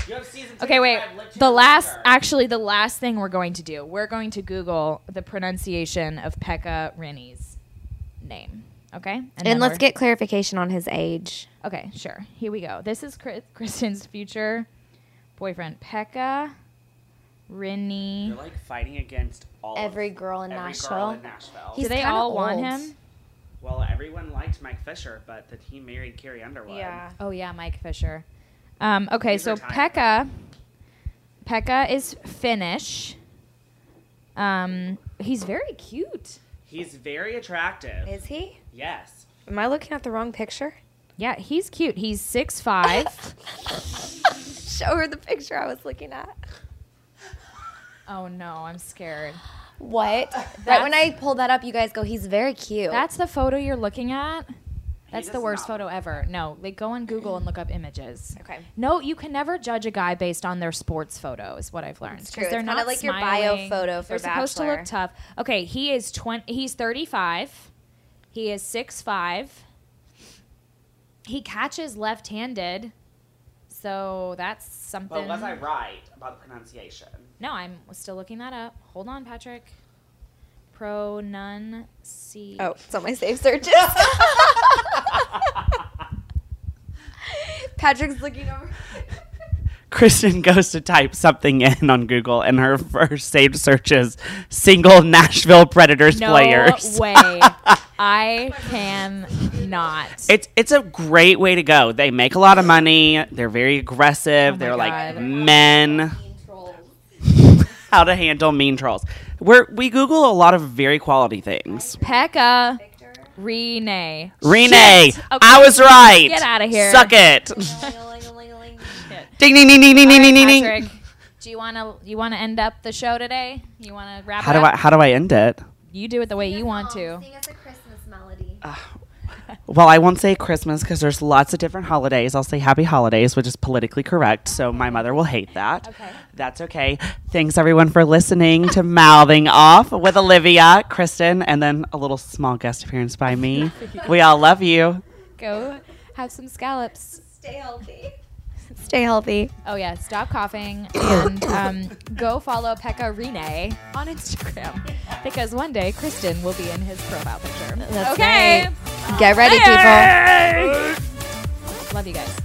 Okay, wait. The last, actually, the last thing we're going to do, we're going to Google the pronunciation of Pekka Rennie's name. Okay, and, then
And let's
we're-
get clarification on his age.
Okay, sure. Here we go. This is Chris, Kristen's future boyfriend, Pekka Rennie.
You're like fighting against all of-
Every girl in
every
Nashville.
Girl in Nashville.
He's
Do they
kinda
all want
old.
him?
well, everyone liked Mike Fisher, but that he married Carrie Underwood.
Oh yeah, Mike Fisher. Um, okay,
These
so
are
Pekka,
tiny.
Pekka is Finnish. Um, he's very cute.
He's very attractive.
Is he?
yes.
Am I looking at the wrong picture?
Yeah, he's cute. He's six five.
Show her the picture I was looking at.
oh no, I'm scared.
What? right
That's-
when I pulled that up, you guys go, he's very cute.
That's the photo you're looking at. That's the
does
worst
not
photo ever. No, like go on Google and look up images.
Okay.
No, you can never judge a guy based on their sports photo. Is what I've learned.
It's
'Cause
true. It's
They're
kinda
not
like your bio
smiling.
photo for
They're supposed to
Bachelor.
look tough. Okay, he is twenty. He's thirty-five. He is six-five. He catches left-handed, so that's
But
something.
was I right about the pronunciation?
No, I'm still looking that up. Hold on, Patrick. Pronunciation.
Oh, it's on my safe searches. Patrick's looking over.
Kristen goes to type something in on Google, and her first saved search is single Nashville Predators
no
players.
way. I can not.
It's it's a great way to go. They make a lot of money. They're very aggressive.
Oh my
They're like
God.
men. How to handle mean trolls. We're, we Google a lot of very quality things.
Pekka Renee.
Renee,
Okay.
I was right.
Get outta here.
Suck it. ding ding ding ding ding ding ding ding.
Patrick, do you want to you want to end up the show today? You want to wrap
How
it
do
up?
I how do I end it?
You do it the way you want to.
Well, I won't say Christmas because there's lots of different holidays. I'll say Happy Holidays, which is politically correct, so my mother will hate that. Okay. That's okay. Thanks everyone for listening to Mouthing Off with Olivia, Kristen, and then a little small guest appearance by me. we all love you.
Go have some scallops.
Stay healthy. Stay healthy.
Oh yeah, stop coughing and um, go follow Pekka Renee on Instagram because one day Kristen will be in his profile picture.
That's
okay,
Get ready, people.
love you guys.